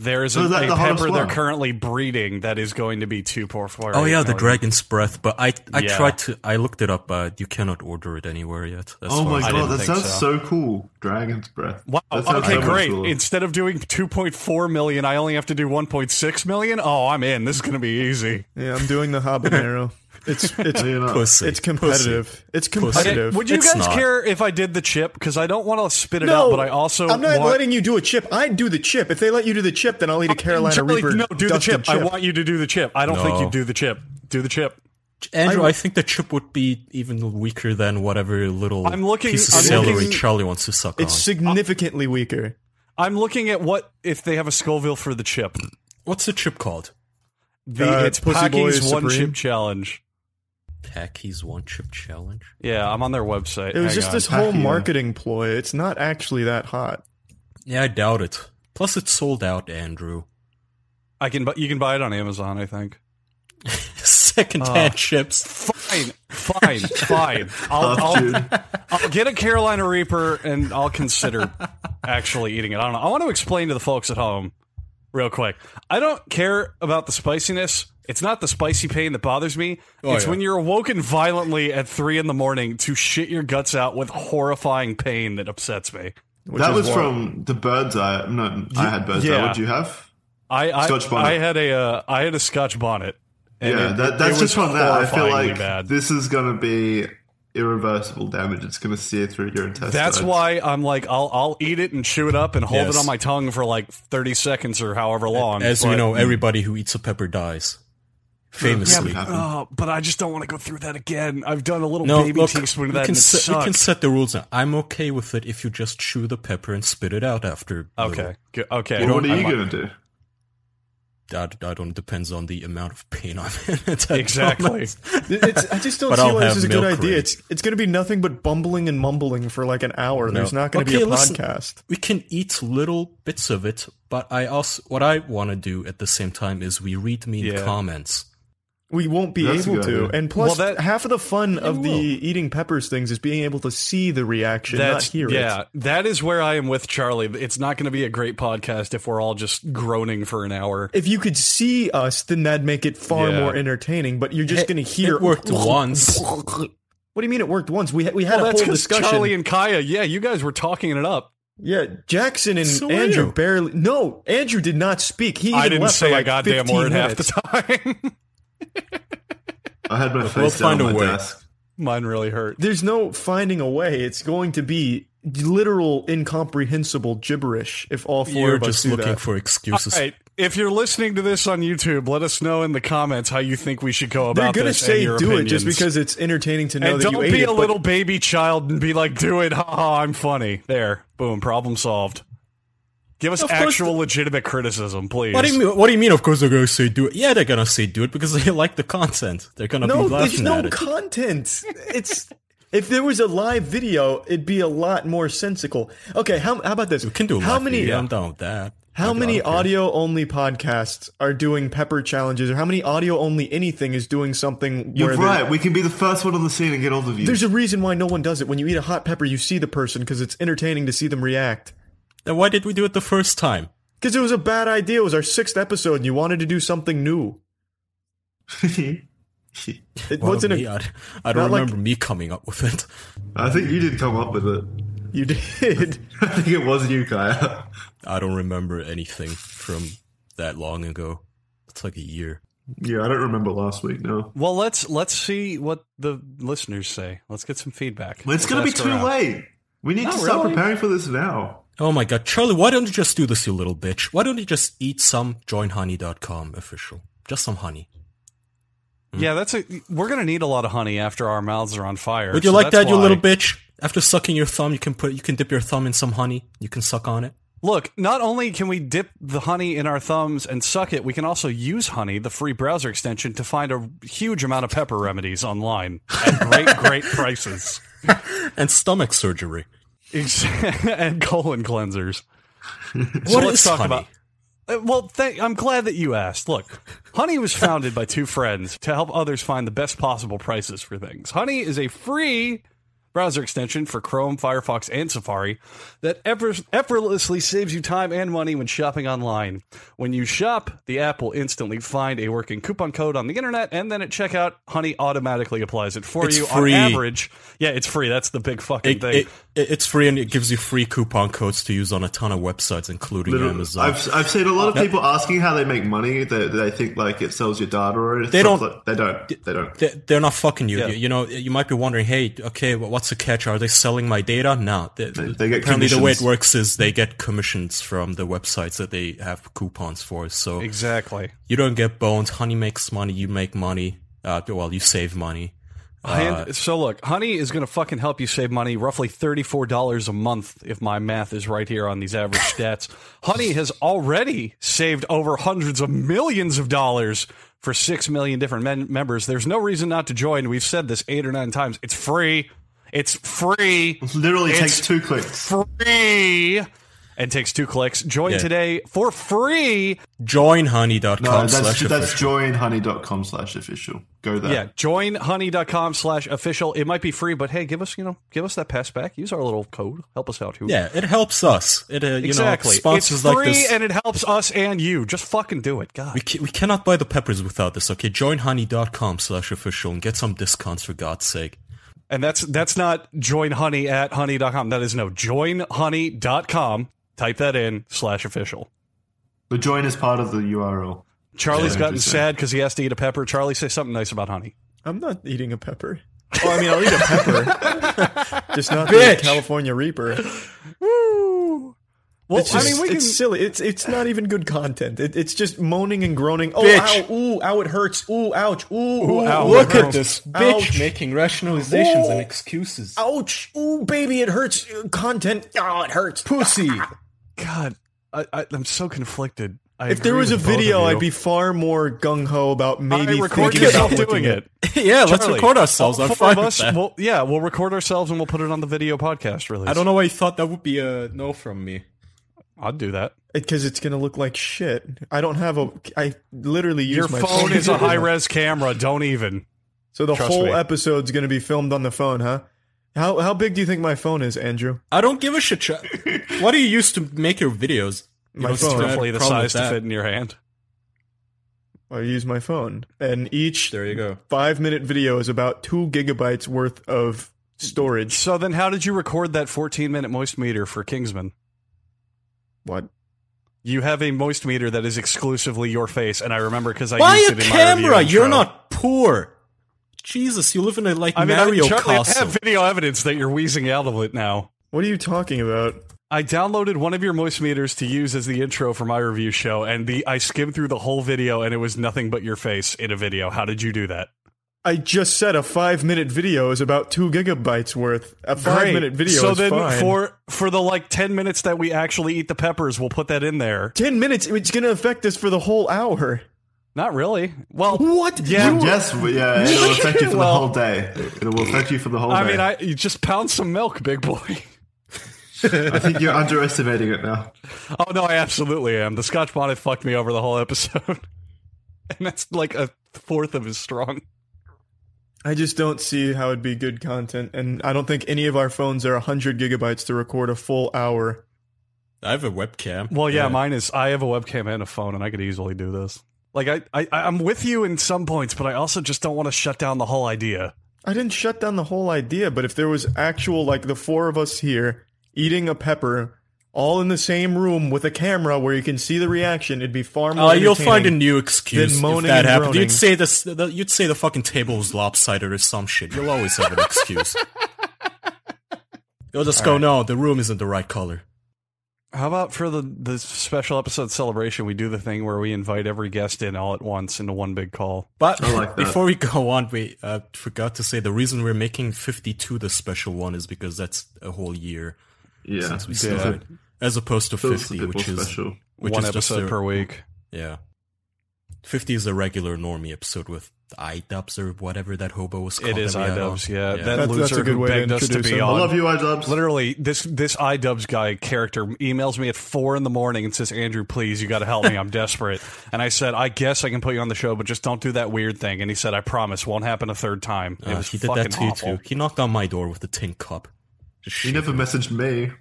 Speaker 1: There is
Speaker 4: So
Speaker 1: a,
Speaker 4: is that
Speaker 1: a
Speaker 4: the hottest
Speaker 1: pepper they're
Speaker 4: one?
Speaker 1: currently breeding that is going to be 2.48
Speaker 3: Oh yeah, the
Speaker 1: million.
Speaker 3: dragon's breath. But I, I
Speaker 1: Yeah.
Speaker 3: tried to, I looked it up. But you cannot order it anywhere yet. As far
Speaker 4: oh my
Speaker 3: as I
Speaker 4: god,
Speaker 1: didn't
Speaker 3: know.
Speaker 4: that
Speaker 1: think
Speaker 4: sounds
Speaker 1: so.
Speaker 4: so. cool. Dragon's breath.
Speaker 1: Wow.
Speaker 4: That sounds so
Speaker 1: Oh, Okay,
Speaker 4: much
Speaker 1: great.
Speaker 4: cooler.
Speaker 1: Instead of doing 2.4 million, I only have to do 1.6 million. Oh, I'm in. This is going to be easy.
Speaker 2: Yeah, I'm doing the habanero. it's it's
Speaker 4: You're not-
Speaker 3: Pussy.
Speaker 2: it's competitive. It's
Speaker 1: Okay,
Speaker 2: competitive.
Speaker 1: would you
Speaker 3: It's
Speaker 1: guys
Speaker 3: not.
Speaker 1: care if I did the chip? Because I don't want to spit it out, but I also
Speaker 2: I'm not
Speaker 1: want-
Speaker 2: letting you do a chip. I do the chip. If they let you do the chip, then I'll eat a Carolina
Speaker 1: Charlie,
Speaker 2: Reaper.
Speaker 1: No, do the
Speaker 2: dusted
Speaker 1: chip. I want you to do the chip. I don't think
Speaker 3: No.
Speaker 1: you do the chip. Do the chip.
Speaker 3: Andrew, I, think the chip would be even weaker than whatever little
Speaker 1: I'm looking-
Speaker 3: piece of
Speaker 1: I'm
Speaker 3: celery
Speaker 1: looking-
Speaker 3: Charlie wants to suck
Speaker 2: It's
Speaker 3: on.
Speaker 2: significantly weaker.
Speaker 1: I'm looking at what if they have a Scoville for the chip.
Speaker 3: What's the chip called?
Speaker 1: The
Speaker 2: Uh,
Speaker 1: it's
Speaker 2: Pussy
Speaker 1: Pocky's
Speaker 2: Boy
Speaker 1: one
Speaker 2: Supreme.
Speaker 1: chip challenge.
Speaker 3: Packy's one chip challenge.
Speaker 1: Yeah, I'm on their website.
Speaker 2: It was
Speaker 1: Hang
Speaker 2: just
Speaker 1: on.
Speaker 2: this whole
Speaker 4: Packy, yeah.
Speaker 2: marketing ploy. It's not actually that hot.
Speaker 3: Yeah, I doubt it. Plus, it's sold out, Andrew.
Speaker 1: I can, bu- you can buy it on Amazon. I think. Ah,
Speaker 3: Secondhand ships.
Speaker 1: Fine, fine, fine. I'll, I'll, I'll get a Carolina Reaper and I'll consider actually eating it. I don't know. I want to explain to the folks at home real quick. I don't care about the spiciness. It's not the spicy pain that bothers me.
Speaker 3: Oh,
Speaker 1: it's
Speaker 3: yeah.
Speaker 1: when you're awoken violently at three in the morning to shit your guts out with horrifying pain that upsets me.
Speaker 2: Which
Speaker 4: That
Speaker 2: is
Speaker 4: was
Speaker 2: why-
Speaker 4: from the bird's eye. No, I had bird's
Speaker 1: yeah.
Speaker 4: eye. What do you have?
Speaker 1: I I,
Speaker 4: Scotch bonnet.
Speaker 1: I had a uh, I had a Scotch bonnet. and
Speaker 4: yeah,
Speaker 1: it-
Speaker 4: that, that's
Speaker 1: it
Speaker 4: just
Speaker 1: was
Speaker 4: from that. I feel
Speaker 1: horrifyingly
Speaker 4: like
Speaker 1: bad.
Speaker 4: this is going to be irreversible damage. It's going to sear through your intestines.
Speaker 1: That's why I'm like I'll I'll eat it and chew it up and hold
Speaker 3: Yes.
Speaker 1: it on my tongue for like 30 seconds or however long.
Speaker 3: As we
Speaker 1: but-
Speaker 3: know, everybody who eats a pepper dies. Famously.
Speaker 4: Yeah,
Speaker 1: Uh, but I just don't want to go through that again. I've done a little
Speaker 3: no,
Speaker 1: baby
Speaker 3: look,
Speaker 1: teaspoon
Speaker 3: we
Speaker 1: of that
Speaker 3: can,
Speaker 1: and it
Speaker 3: set, we can
Speaker 1: sucked.
Speaker 3: set the rules now. I'm okay with it if you just chew the pepper and spit it out after. a
Speaker 1: Okay. Good. Okay.
Speaker 4: Well, what are
Speaker 3: don't-
Speaker 4: you
Speaker 3: I'm-
Speaker 4: going to do?
Speaker 3: little. I, I don't. Depends on the amount of pain I'm in. at that
Speaker 1: Exactly.
Speaker 3: moment.
Speaker 2: It's, I just don't
Speaker 3: But
Speaker 2: see
Speaker 3: I'll
Speaker 2: why this
Speaker 3: have
Speaker 2: is a good
Speaker 3: milk
Speaker 2: idea.
Speaker 3: crate.
Speaker 2: It's it's going to be nothing but bumbling and mumbling for like an hour. There's not going to
Speaker 3: Okay,
Speaker 2: be a
Speaker 3: listen.
Speaker 2: podcast.
Speaker 3: We can eat little bits of it, but I also what I want to do at the same time is we read mean
Speaker 1: Yeah.
Speaker 3: comments.
Speaker 2: We won't be
Speaker 4: That's a
Speaker 2: able
Speaker 4: good
Speaker 2: to.
Speaker 4: idea.
Speaker 2: And plus,
Speaker 1: Well, that-
Speaker 2: half of the fun of the
Speaker 3: will.
Speaker 2: eating peppers things is being able to see the reaction, not
Speaker 1: That's
Speaker 2: hear
Speaker 1: yeah.
Speaker 2: it.
Speaker 1: That is where I am with Charlie. It's not going to be a great podcast if we're all just groaning for an hour.
Speaker 2: If you could see us, then that'd make it far
Speaker 1: Yeah.
Speaker 2: more entertaining. But you're just
Speaker 3: It-
Speaker 2: going to hear.
Speaker 3: it worked once.
Speaker 2: What do you mean it worked once? We ha- we had
Speaker 1: Well,
Speaker 2: a
Speaker 1: that's
Speaker 2: whole
Speaker 1: because
Speaker 2: discussion.
Speaker 1: Charlie and Kaya. Yeah, you guys were talking it up.
Speaker 2: yeah, Jackson and
Speaker 3: So are
Speaker 2: Andrew
Speaker 3: you.
Speaker 2: barely. No, Andrew did not speak. He
Speaker 1: I
Speaker 2: even
Speaker 1: didn't
Speaker 2: left for
Speaker 1: say a
Speaker 2: like
Speaker 1: goddamn
Speaker 2: 15
Speaker 1: word
Speaker 2: minutes.
Speaker 1: half the time.
Speaker 4: I had my face
Speaker 3: find
Speaker 4: down
Speaker 3: a
Speaker 4: on my
Speaker 3: way.
Speaker 4: desk.
Speaker 1: Mine really hurt.
Speaker 2: there's no finding a way. It's going to be literal incomprehensible gibberish if all 4
Speaker 3: You're
Speaker 2: of us
Speaker 3: just
Speaker 2: do
Speaker 3: looking
Speaker 2: that.
Speaker 3: for excuses.
Speaker 1: All right. If you're listening to this on YouTube, let us know in the comments how you think we should go
Speaker 2: They're
Speaker 1: about
Speaker 2: gonna
Speaker 1: this
Speaker 2: say
Speaker 1: and
Speaker 2: do
Speaker 1: your
Speaker 2: it just
Speaker 1: opinions.
Speaker 2: because it's entertaining to know
Speaker 1: and
Speaker 2: that
Speaker 1: don't
Speaker 2: you ate
Speaker 1: be
Speaker 2: it,
Speaker 1: a
Speaker 2: but
Speaker 1: little baby child and be like, "Do it, haha, I'm funny." There, boom, problem solved. Give us
Speaker 3: Of course
Speaker 1: actual legitimate criticism, please.
Speaker 3: What do you mean? What do you mean? Of course they're gonna say do it. Yeah, they're gonna say do it because they like the content. They're gonna
Speaker 2: no,
Speaker 3: be
Speaker 2: there's
Speaker 3: laughing
Speaker 2: no
Speaker 3: at it.
Speaker 2: content. It's if there was a live video, it'd be a lot more sensical. Okay, how, how about this?
Speaker 3: we can do. a
Speaker 2: how
Speaker 3: live
Speaker 2: many uh,
Speaker 3: video. I'm down with that.
Speaker 2: how
Speaker 3: I don't
Speaker 2: many
Speaker 3: care.
Speaker 2: audio only podcasts are doing pepper challenges, or how many audio only anything is doing something?
Speaker 4: You're
Speaker 2: where they-
Speaker 4: right. We can be the first one on the scene and get all the views.
Speaker 2: There's a reason why no one does it. When you eat a hot pepper, you see the person because it's entertaining to see them react.
Speaker 3: Then why did we do it the first time?
Speaker 2: Because it was a bad idea. It was our sixth episode, and you wanted to do something new. It
Speaker 3: Well,
Speaker 2: wasn't
Speaker 3: me,
Speaker 2: a,
Speaker 3: I, I don't
Speaker 2: not like-
Speaker 3: remember me coming up with it.
Speaker 4: I think you did come up with it.
Speaker 2: you did.
Speaker 4: I think it was you, Kaya.
Speaker 3: I don't remember anything from that long ago. It's like a year.
Speaker 4: Yeah, I don't remember last week. No,
Speaker 1: Well, let's let's see what the listeners say. Let's get some feedback.
Speaker 4: it's gonna be too late. We need
Speaker 1: Not
Speaker 4: to start
Speaker 1: really.
Speaker 4: preparing for this now.
Speaker 3: Oh my god, Charlie, why don't you just do this, you little bitch? Why don't you just eat some joinhoney.com official? Just some honey.
Speaker 1: Yeah, that's a. We're gonna need a lot of honey after our mouths are on fire.
Speaker 3: Would you
Speaker 1: so
Speaker 3: like
Speaker 1: that's
Speaker 3: that, you
Speaker 1: why-
Speaker 3: little bitch? After sucking your thumb, you can put you can dip your thumb in some honey. You can suck on it.
Speaker 1: Look, not only can we dip the honey in our thumbs and suck it, we can also use Honey, the free browser extension, to find a huge amount of pepper remedies online at great, great prices.
Speaker 3: And stomach surgery.
Speaker 1: Ex- and colon cleansers.
Speaker 3: What
Speaker 1: So let's
Speaker 3: is
Speaker 1: talk
Speaker 3: honey?
Speaker 1: about. Uh, Well, th- I'm glad that you asked. Look, Honey was founded by two friends to help others find the best possible prices for things. Honey is a free browser extension for Chrome, Firefox, and Safari that ever- effortlessly saves you time and money when shopping online. When you shop, the app will instantly find a working coupon code on the internet, and then at checkout, Honey automatically applies it for
Speaker 3: It's
Speaker 1: you
Speaker 3: free.
Speaker 1: on average. Yeah, it's free. That's the big fucking
Speaker 3: It,
Speaker 1: thing.
Speaker 3: it, it- it's free and it gives you free coupon codes to use on a ton of websites, including
Speaker 4: Little-
Speaker 3: Amazon.
Speaker 4: I've I've seen a lot of people asking how they make money. They, they think like it sells your data or it
Speaker 3: They
Speaker 4: sells
Speaker 3: don't-
Speaker 4: it- They don't. They don't.
Speaker 3: They- They're not fucking you.
Speaker 1: Yeah.
Speaker 3: you. You know, you might be wondering, hey, okay, wh- what's the catch? Are they selling my data? No. They,
Speaker 4: they get
Speaker 3: apparently, the way it
Speaker 4: commissions.
Speaker 3: works is they get commissions from the websites that they have coupons for. So
Speaker 1: exactly.
Speaker 3: you don't get boned. Honey makes money. You make money. Uh, well, you save money.
Speaker 1: And so look, Honey is going to fucking help you save money, roughly thirty-four dollars a month, if my math is right here on these average stats. Honey has already saved over hundreds of millions of dollars for six million different men- members. There's no reason not to join. We've said this eight or nine times. It's free. It's free.
Speaker 4: Literally
Speaker 1: It's-
Speaker 4: takes two clicks.
Speaker 1: Free. and takes two clicks. Join
Speaker 3: Yeah.
Speaker 1: today for free.
Speaker 3: Joinhoney.com
Speaker 4: No, that's,
Speaker 3: slash
Speaker 4: that's
Speaker 3: official.
Speaker 4: joinhoney.com slash official. Go there.
Speaker 1: Yeah, join honey.com slash official. It might be free, but hey, give us, you know, give us that pass back. Use our little code. Help us out. Who?
Speaker 3: Yeah, it helps us. It, uh, you
Speaker 1: exactly.
Speaker 3: know, sponsors
Speaker 1: it's
Speaker 3: like
Speaker 1: free
Speaker 3: this.
Speaker 1: and it helps us and you. Just fucking do it. God.
Speaker 3: we, ca- we cannot buy the peppers without this, okay? Joinhoney.com slash official and get some discounts for God's sake.
Speaker 1: And that's that's not join honey at honey.com. That is no join honey.com. Type that in slash official.
Speaker 4: The join is part of the URL.
Speaker 1: Charlie's
Speaker 4: Yeah,
Speaker 1: gotten
Speaker 4: just-
Speaker 1: sad because he has to eat a pepper. Charlie, say something nice about honey.
Speaker 2: I'm not eating a pepper. Oh, I mean, I'll eat a pepper, just not the
Speaker 3: Bitch.
Speaker 2: California Reaper.
Speaker 1: Woo! Well,
Speaker 2: It's just,
Speaker 1: I mean, we
Speaker 2: it's
Speaker 1: can.
Speaker 2: silly. It's it's not even good content. It, it's just moaning and groaning. Oh,
Speaker 3: Bitch.
Speaker 2: ow, ooh, ow, it hurts. Ooh, ouch, ooh, ooh,
Speaker 1: ow,
Speaker 2: ooh,
Speaker 1: look
Speaker 2: it
Speaker 1: at
Speaker 2: hurts.
Speaker 1: this
Speaker 2: bitch
Speaker 3: making rationalizations
Speaker 2: and
Speaker 3: excuses.
Speaker 2: Ouch, ooh, baby, it hurts. Uh, Content,
Speaker 3: Ah,
Speaker 2: oh, it hurts. Pussy.
Speaker 1: God, I, I, I'm so conflicted. I
Speaker 2: if there
Speaker 1: agree
Speaker 2: was a
Speaker 1: with both of
Speaker 2: video,
Speaker 1: you.
Speaker 2: I'd be far more gung ho about
Speaker 1: I
Speaker 2: maybe
Speaker 1: record
Speaker 2: thinking about
Speaker 1: yourself doing
Speaker 2: doing it.
Speaker 1: it.
Speaker 3: yeah, let's
Speaker 1: Charlie,
Speaker 3: record ourselves.
Speaker 1: all
Speaker 3: I'm
Speaker 1: four
Speaker 3: fine
Speaker 1: of
Speaker 3: with
Speaker 1: us,
Speaker 3: that.
Speaker 1: We'll, yeah, we'll record ourselves and we'll put it on the video podcast release.
Speaker 3: I don't know why you thought that would be a no from me.
Speaker 1: I'd do that.
Speaker 2: Because it's gonna look like shit. I don't have a. I literally use
Speaker 1: Your
Speaker 2: my
Speaker 1: phone is a
Speaker 2: to do
Speaker 1: high
Speaker 2: that.
Speaker 1: res camera. Don't even.
Speaker 2: So the
Speaker 1: Trust
Speaker 2: whole
Speaker 1: me.
Speaker 2: episode's gonna be filmed on the phone, huh? How how big do you think my phone is, Andrew?
Speaker 3: I don't give a shit. Cha- what do you use to make your videos? You
Speaker 2: My
Speaker 3: don't
Speaker 2: phone.
Speaker 3: seem to have a
Speaker 1: Roughly the
Speaker 3: problem with
Speaker 1: size to
Speaker 3: that.
Speaker 1: fit in your hand.
Speaker 2: I use my phone, and each
Speaker 3: There you go.
Speaker 2: five minute video is about two gigabytes worth of storage.
Speaker 1: So then, how did you record that 14 minute moist meter for Kingsman?
Speaker 2: What?
Speaker 1: You have a moist meter that is exclusively your face, and I remember because I
Speaker 3: Buy
Speaker 1: used it
Speaker 3: a
Speaker 1: in my review
Speaker 3: camera. You're
Speaker 1: intro.
Speaker 3: not poor. Jesus, you live in a like
Speaker 1: I mean,
Speaker 3: Mario
Speaker 1: I, Charlie, I
Speaker 3: castle.
Speaker 1: have video evidence that you're wheezing out of it now.
Speaker 2: What are you talking about?
Speaker 1: I downloaded one of your moist meters to use as the intro for my review show, and the I skimmed through the whole video, and it was nothing but your face in a video. How did you do that?
Speaker 2: I just said a five minute video is about two gigabytes worth. A five
Speaker 1: Great.
Speaker 2: minute video
Speaker 1: So
Speaker 2: is
Speaker 1: then,
Speaker 2: fine.
Speaker 1: for for the like ten minutes that we actually eat the peppers, we'll put that in there.
Speaker 2: ten minutes, it's gonna affect us for the whole hour.
Speaker 1: Not really. Well,
Speaker 2: What?
Speaker 1: Yeah.
Speaker 2: You-
Speaker 4: Yes, but yeah, it'll affect you for the
Speaker 1: Well-
Speaker 4: whole day. It will affect you for the whole
Speaker 1: I
Speaker 4: day.
Speaker 1: mean, I you just pound some milk, big boy.
Speaker 4: I think you're underestimating it now.
Speaker 1: Oh no, I absolutely am. The Scotch bonnet fucked me over the whole episode, and that's like a fourth of his strong.
Speaker 2: I just don't see how it'd be good content, and I don't think any of our phones are hundred gigabytes to record a full hour.
Speaker 3: I have a webcam.
Speaker 1: Well, yeah, mine is. I have a webcam and a phone, and I could easily do this. Like I, I, I'm with you in some points, but I also just don't want to shut down the whole idea.
Speaker 2: I didn't shut down the whole idea, but if there was actual like the four of us here eating a pepper, all in the same room with a camera where you can see the reaction, it'd be far more.
Speaker 3: Oh, you'll find a
Speaker 2: entertaining.
Speaker 3: new excuse
Speaker 2: Then
Speaker 3: if
Speaker 2: moaning
Speaker 3: that
Speaker 2: and
Speaker 3: happened.
Speaker 2: groaning.
Speaker 3: You'd say this. The, you'd say the fucking table was lopsided or some shit. You'll always have an excuse. You'll just go, no, the room isn't the right color.
Speaker 1: How about for the the special episode celebration, we do the thing where we invite every guest in all at once into one big call.
Speaker 3: But
Speaker 4: I like that.
Speaker 3: before we go on, we uh, forgot to say the reason we're making 52 the special one is because that's a whole year
Speaker 4: Yeah,
Speaker 3: since we
Speaker 4: It's
Speaker 3: started, as opposed to
Speaker 4: a- it's a
Speaker 3: 50,
Speaker 4: bit more
Speaker 3: which is
Speaker 4: special.
Speaker 3: which
Speaker 1: one
Speaker 3: is just
Speaker 1: episode
Speaker 3: a-
Speaker 1: per week.
Speaker 3: yeah. 50 is a regular normie episode with iDubs or whatever that hobo was
Speaker 1: It
Speaker 3: called.
Speaker 1: is
Speaker 3: that we had on.
Speaker 1: iDubs, yeah.
Speaker 3: Yeah.
Speaker 1: That
Speaker 2: That's-
Speaker 1: loser
Speaker 2: that's a good
Speaker 1: who
Speaker 2: way to
Speaker 1: begged us to
Speaker 2: introduce
Speaker 1: be
Speaker 2: him. I
Speaker 4: I
Speaker 1: on.
Speaker 4: love you, iDubs.
Speaker 1: Literally, this this iDubbbz guy character emails me at four in the morning and says, "Andrew, please, you got to help me. I'm desperate." And I said, "I guess I can put you on the show, but just don't do that weird thing." And he said, "I promise, won't happen a third time." It
Speaker 3: Uh,
Speaker 1: was
Speaker 3: he did
Speaker 1: Oh, fucking
Speaker 3: that to you
Speaker 1: awful.
Speaker 3: too. He knocked on my door with a tin cup. Just
Speaker 4: You
Speaker 3: shit.
Speaker 4: never messaged me.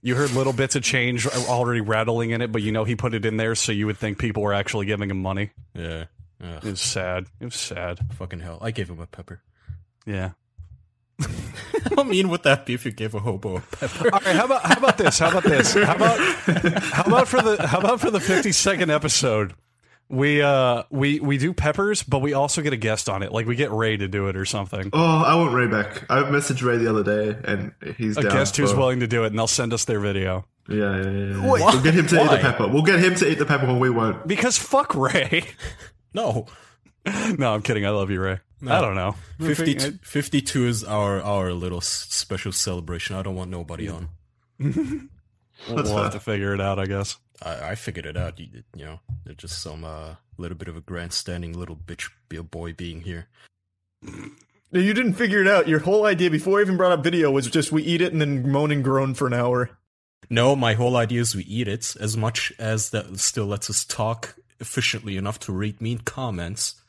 Speaker 1: You heard little bits of change already rattling in it, but you know he put it in there so you would think people were actually giving him money.
Speaker 3: Yeah. Ugh,
Speaker 1: It was sad. It was sad.
Speaker 3: fucking hell. I gave him a pepper.
Speaker 1: Yeah.
Speaker 3: How mean would that be if you gave a hobo a pepper?
Speaker 1: All right. How about how about this? How about this? How about how about for the how about for the fifty second episode? We uh we we do peppers, but we also get a guest on it. Like we get Ray to do it or something.
Speaker 4: Oh, I want Ray back. I messaged Ray the other day, and he's
Speaker 1: A
Speaker 4: down.
Speaker 1: guest who's
Speaker 4: for-
Speaker 1: willing to do it, and they'll send us their video.
Speaker 4: Yeah, yeah, yeah. yeah.
Speaker 3: Wait,
Speaker 4: we'll get him to eat
Speaker 3: why?
Speaker 4: the pepper. We'll get him to eat the pepper when we won't.
Speaker 1: Because fuck Ray.
Speaker 3: No.
Speaker 1: no, I'm kidding. I love you, Ray. I don't know.
Speaker 3: 52, 52 is our our little s- special celebration. I don't want nobody on.
Speaker 1: We'll, we'll have to figure it out, I guess.
Speaker 3: I, I figured it out. You, you know, there's just some uh, little bit of a grandstanding little bitch be- boy being here.
Speaker 2: No, you didn't figure it out. Your whole idea before I even brought up video was just we eat it and then moan and groan for an hour.
Speaker 3: No, my whole idea is we eat it as much as that still lets us talk efficiently enough to read mean comments,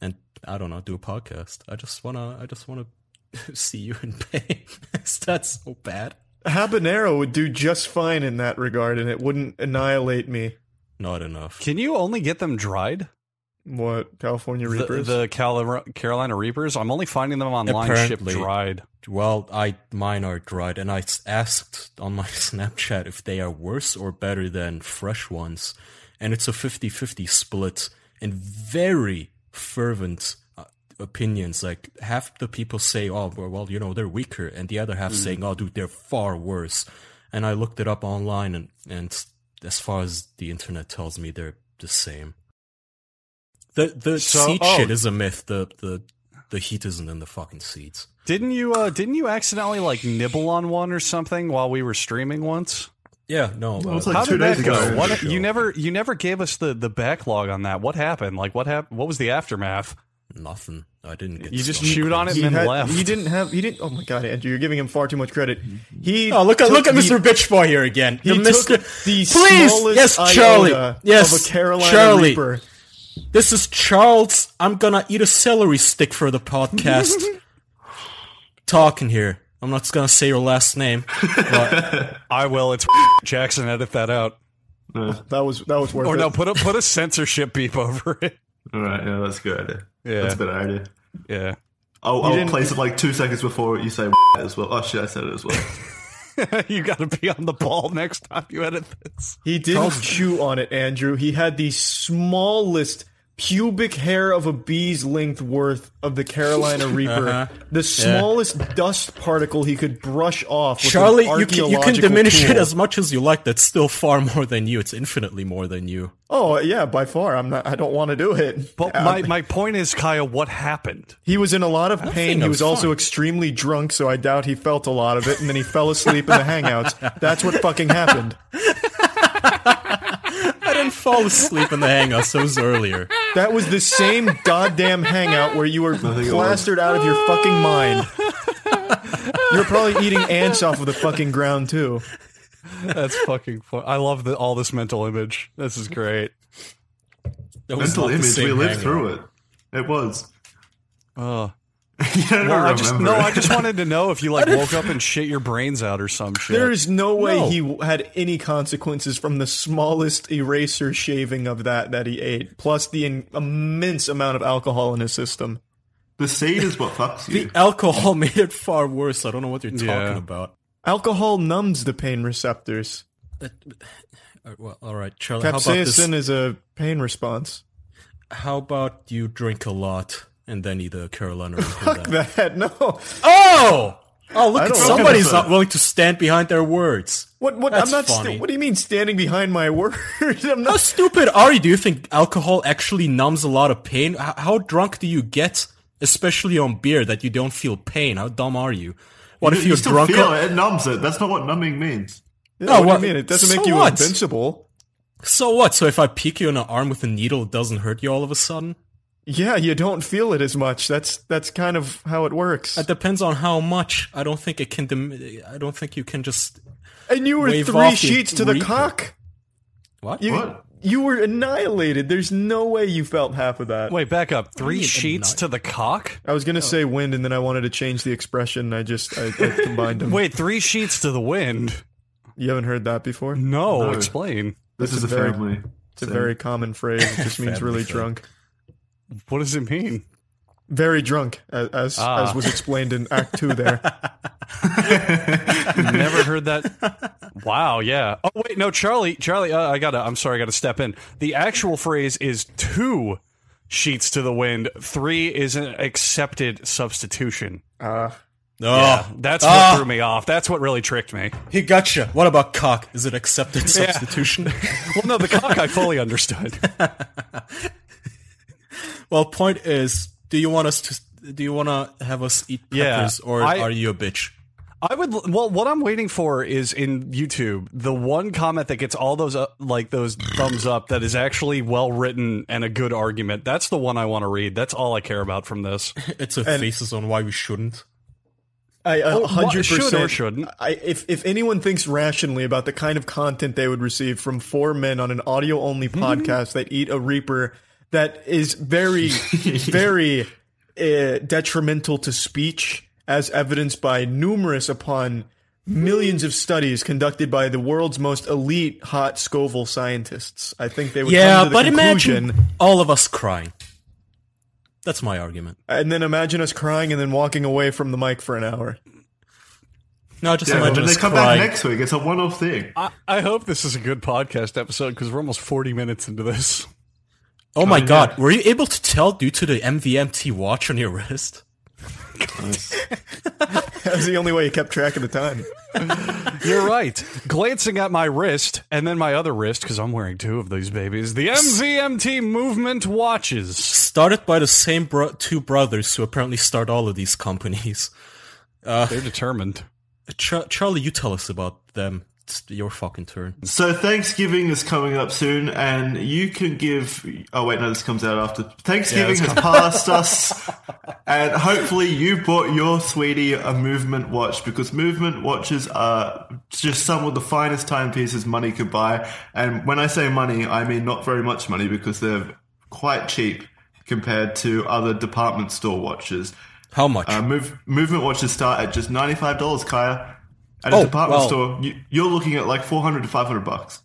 Speaker 3: and I don't know, do a podcast. I just wanna, I just wanna see you in pain. Is that so bad?
Speaker 2: Habanero would do just fine in that regard, and it wouldn't annihilate me.
Speaker 3: Not enough.
Speaker 1: Can you only get them dried?
Speaker 2: What California
Speaker 1: The,
Speaker 2: Reapers?
Speaker 1: the Cali- Carolina Reapers? I'm only finding them online shipped
Speaker 3: Apparently.
Speaker 1: dried.
Speaker 3: Well, I mine are dried, and I s- asked on my Snapchat if they are worse or better than fresh ones, and it's a 50-50 split. And very fervent uh, opinions, like half the people say, "Oh, well, well, you know, they're weaker," and the other
Speaker 1: Hmm.
Speaker 3: half saying, "Oh, dude, they're far worse." And I looked it up online, and and as far as the internet tells me, they're the same. The the
Speaker 1: So-
Speaker 3: seed
Speaker 1: oh.
Speaker 3: shit is a myth. The the the heat isn't in the fucking seeds.
Speaker 1: Didn't you? Uh, didn't you accidentally like nibble on one or something while we were streaming once?
Speaker 3: Yeah, no.
Speaker 4: Well, it's
Speaker 3: uh,
Speaker 4: like
Speaker 1: How
Speaker 4: two
Speaker 1: did that
Speaker 4: days
Speaker 1: go?
Speaker 4: ago.
Speaker 1: What
Speaker 3: Show.
Speaker 1: you never you never gave us the the backlog on that. What happened? Like what happened? What was the aftermath?
Speaker 3: Nothing. I didn't get.
Speaker 1: You just
Speaker 3: stoned.
Speaker 1: chewed on it
Speaker 2: he,
Speaker 1: and then
Speaker 2: had-
Speaker 1: left.
Speaker 2: he didn't have. He didn't. Oh my God, Andrew, you're giving him far too much credit. He.
Speaker 3: Oh, look at
Speaker 2: took
Speaker 3: look at
Speaker 2: the-
Speaker 3: Mr. Bitch Boy here again.
Speaker 2: He
Speaker 3: The Mr.
Speaker 2: took the
Speaker 3: Please,
Speaker 2: smallest
Speaker 3: yes,
Speaker 2: iota
Speaker 3: Charlie.
Speaker 2: of
Speaker 3: Yes,
Speaker 2: a Carolina
Speaker 3: Charlie.
Speaker 2: Reaper.
Speaker 3: This is Charles. I'm gonna eat a celery stick for the podcast. Talking here. I'm not gonna say your last name. But
Speaker 1: I will. It's Jackson. Edit that out.
Speaker 4: Uh,
Speaker 2: That was that was worth
Speaker 1: Or
Speaker 2: it.
Speaker 1: Oh, no, put a put a censorship beep over it.
Speaker 4: all right, yeah, that's a good idea.
Speaker 1: Yeah.
Speaker 4: That's a better idea.
Speaker 1: Yeah.
Speaker 4: I'll,
Speaker 2: You
Speaker 4: I'll
Speaker 2: didn't-
Speaker 4: place it like two seconds before you say as well. Oh shit, I said it as well.
Speaker 1: you got to be on the ball next time you edit this.
Speaker 2: He didn't chew on it, Andrew. He had the smallest pubic hair of a bee's length worth of the Carolina Reaper.
Speaker 3: Uh-huh.
Speaker 2: The smallest dust particle he could brush off. With
Speaker 3: Charlie,
Speaker 2: an
Speaker 3: you can, you can
Speaker 2: archaeological
Speaker 3: diminish it
Speaker 2: tool.
Speaker 3: as much as you like. That's still far more than you. It's infinitely more than you.
Speaker 2: Oh yeah, by far. I'm not. I don't want to do it. Uh,
Speaker 1: But my, my point is, Kaya, what happened?
Speaker 2: He was in a lot of pain.
Speaker 3: think
Speaker 2: He
Speaker 3: it
Speaker 2: was
Speaker 3: was
Speaker 2: also
Speaker 3: fun.
Speaker 2: extremely drunk, so I doubt he felt a lot of it. And then he fell asleep in the hangouts. That's what fucking happened.
Speaker 3: I didn't fall asleep in the hangout. So it was earlier.
Speaker 2: That was the same goddamn hangout where you were
Speaker 4: think it
Speaker 2: plastered out of your fucking mind. you were probably eating ants off of the fucking ground too.
Speaker 1: That's fucking. Fu- I love the, all this mental image. This is great.
Speaker 3: That was
Speaker 4: Mental
Speaker 3: not the
Speaker 4: image.
Speaker 3: same
Speaker 4: We lived
Speaker 3: hangout.
Speaker 4: through it. It was.
Speaker 1: Uh,
Speaker 4: you don't
Speaker 1: well, I
Speaker 4: remember.
Speaker 1: just no.
Speaker 4: it.
Speaker 1: I just wanted to know if you like woke up and shit your brains out or some shit.
Speaker 2: There is no way
Speaker 3: No.
Speaker 2: he w- had any consequences from the smallest eraser shaving of that that he ate, plus the in- immense amount of alcohol in his system.
Speaker 4: the seed is what fucks you.
Speaker 3: The alcohol made it far worse. I don't know what you're talking
Speaker 1: Yeah.
Speaker 3: about.
Speaker 2: Alcohol numbs the pain receptors.
Speaker 3: That, uh, well, all right, Charlie. How about this?
Speaker 2: Capsaicin is a pain response.
Speaker 3: How about you drink a lot and then eat a Carolina?
Speaker 2: Fuck that. No.
Speaker 3: Oh, oh! Look,
Speaker 2: I
Speaker 3: at
Speaker 2: don't
Speaker 3: somebody's
Speaker 4: know.
Speaker 3: not willing to stand behind their words.
Speaker 2: What? What?
Speaker 3: That's
Speaker 2: I'm not.
Speaker 3: funny.
Speaker 2: St- what do you mean standing behind my word? I'm
Speaker 3: How
Speaker 2: not.
Speaker 3: stupid are you? Do you think alcohol actually numbs a lot of pain? H- how drunk do you get, especially on beer, that you don't feel pain? How dumb are you? What if
Speaker 4: you
Speaker 3: you're
Speaker 4: still
Speaker 3: drunk?
Speaker 4: feel it. It numbs it. That's not what numbing means.
Speaker 2: Yeah, what,
Speaker 3: what-
Speaker 2: do you mean? It doesn't make
Speaker 3: so
Speaker 2: you
Speaker 3: what?
Speaker 2: invincible.
Speaker 3: So what? So if I pick you in the arm with a needle, it doesn't hurt you all of a sudden?
Speaker 2: Yeah, you don't feel it as much. That's that's kind of how it works.
Speaker 3: It depends on how much. I don't think it can. Dim- I don't think you can just.
Speaker 2: And you were
Speaker 3: Wave
Speaker 2: three
Speaker 3: off, you
Speaker 2: sheets to the
Speaker 3: reaper.
Speaker 2: cock.
Speaker 3: What?
Speaker 2: You,
Speaker 4: What?
Speaker 2: You were annihilated. There's no way you felt half of that.
Speaker 1: Wait, back up. Three
Speaker 3: Read a
Speaker 1: sheets
Speaker 3: nut.
Speaker 1: to the cock.
Speaker 2: I was
Speaker 3: Oh.
Speaker 2: gonna say wind, and then I wanted to change the expression. I just I, I combined them.
Speaker 1: Wait, three sheets to the wind.
Speaker 2: You haven't heard that before?
Speaker 3: Mm,
Speaker 1: No,
Speaker 4: No.
Speaker 1: explain.
Speaker 4: This
Speaker 2: That's
Speaker 4: is
Speaker 2: a
Speaker 4: a
Speaker 2: very-
Speaker 4: family.
Speaker 2: It's a very common phrase. It just means
Speaker 3: Family
Speaker 2: really
Speaker 3: thing.
Speaker 2: drunk.
Speaker 1: What does it mean?
Speaker 2: Very drunk, as as,
Speaker 1: Ah.
Speaker 2: as was explained in Act Two. There.
Speaker 1: Never heard that. Wow, yeah. Oh wait, no, Charlie, Charlie, uh, I gotta. I'm sorry, I gotta step in. The actual phrase is two sheets to the wind. Three is an accepted substitution.
Speaker 2: Uh,
Speaker 3: Oh,
Speaker 1: That's what
Speaker 3: Ah.
Speaker 1: threw me off. That's what really tricked me.
Speaker 3: He gotcha. What about cock? Is it accepted substitution?
Speaker 1: Well, no, the cock I fully understood.
Speaker 3: well, point is, do you want us to? Do you want to have us eat
Speaker 1: Yeah,
Speaker 3: peppers, or
Speaker 1: I-
Speaker 3: are you a bitch?
Speaker 1: I would. Well, what I'm waiting for is in YouTube the one comment that gets all those uh, like those thumbs up that is actually well written and a good argument. That's the one I want to read. That's all I care about from this.
Speaker 3: It's a
Speaker 2: And-
Speaker 3: thesis on why we shouldn't.
Speaker 2: I
Speaker 1: Oh,
Speaker 2: a
Speaker 1: wha-
Speaker 2: hundred
Speaker 1: should or
Speaker 2: percent
Speaker 1: shouldn't.
Speaker 2: I, if if anyone thinks rationally about the kind of content they would receive from four men on an audio only
Speaker 1: Hmm.
Speaker 2: podcast that eat a reaper that is very very uh, detrimental to speech, as evidenced by numerous upon millions of studies conducted by the world's most elite hot Scoville scientists, I think they would come
Speaker 3: Yeah,
Speaker 2: to the
Speaker 3: but
Speaker 2: conclusion.
Speaker 3: imagine all of us crying. That's my argument.
Speaker 2: And then imagine us crying and then walking away from the mic for an hour.
Speaker 3: No, just
Speaker 4: Yeah,
Speaker 3: imagine
Speaker 4: when they
Speaker 3: us
Speaker 4: come
Speaker 3: crying.
Speaker 4: back next week, it's a one-off thing.
Speaker 1: I, I hope this is a good podcast episode because we're almost 40 minutes into this.
Speaker 3: oh my
Speaker 4: yeah.
Speaker 3: god, were you able to tell due to the MVMT watch on your wrist?
Speaker 2: That was the only way you kept track of the time.
Speaker 1: You're right. Glancing at my wrist and then my other wrist because I'm wearing two of these babies. The MVMT movement watches.
Speaker 3: Started by the same bro- two brothers who apparently start all of these companies.
Speaker 1: They're determined.
Speaker 3: Char- Charlie, you tell us about them. It's your fucking turn.
Speaker 4: So Thanksgiving is coming up soon, and you can give. Oh wait, no, this comes out after Thanksgiving has passed us, and hopefully you bought your sweetie a movement watch because movement watches are just some of the finest timepieces money could buy. And when I say money, I mean not very much money because they're quite cheap compared to other department store watches.
Speaker 3: How much?
Speaker 4: Uh, move, movement watches start at just ninety five dollars, Kaya. At a
Speaker 3: Oh,
Speaker 4: department
Speaker 3: well.
Speaker 4: store, you, you're looking at like four hundred to five hundred bucks.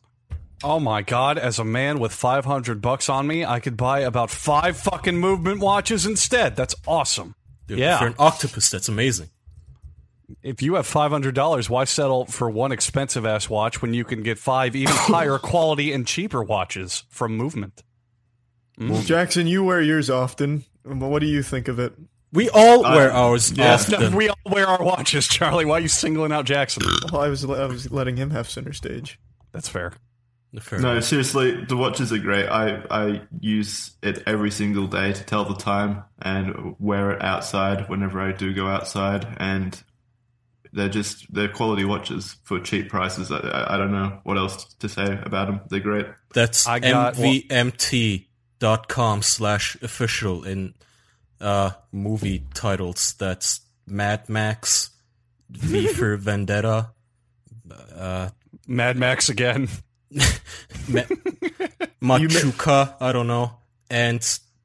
Speaker 1: Oh my god, as a man with 500 bucks on me, I could buy about five fucking movement watches instead. That's awesome.
Speaker 3: Dude,
Speaker 1: yeah.
Speaker 3: If you're an octopus, that's amazing.
Speaker 1: If you have $500, why settle for one expensive ass watch when you can get five even higher quality and cheaper watches from movement?
Speaker 2: Jackson, you wear yours often. What do you think of it?
Speaker 3: We all wear ours often.
Speaker 1: we all wear our watches, Charlie. Why are you singling out Jackson?
Speaker 2: Well, I was I was letting him have center stage.
Speaker 1: That's fair.
Speaker 3: Fair
Speaker 4: No,
Speaker 3: enough.
Speaker 4: seriously, the watches are great. I, I use it every single day to tell the time and wear it outside whenever I do go outside. And they're just they're quality watches for cheap prices. I- I, I don't know what else to say about them. They're great.
Speaker 3: That's
Speaker 1: I got one-
Speaker 3: mvmt.com slash official in uh, movie titles. That's Mad Max, V for Vendetta,
Speaker 1: Mad Max again.
Speaker 3: Ma- Machuca, I don't know, and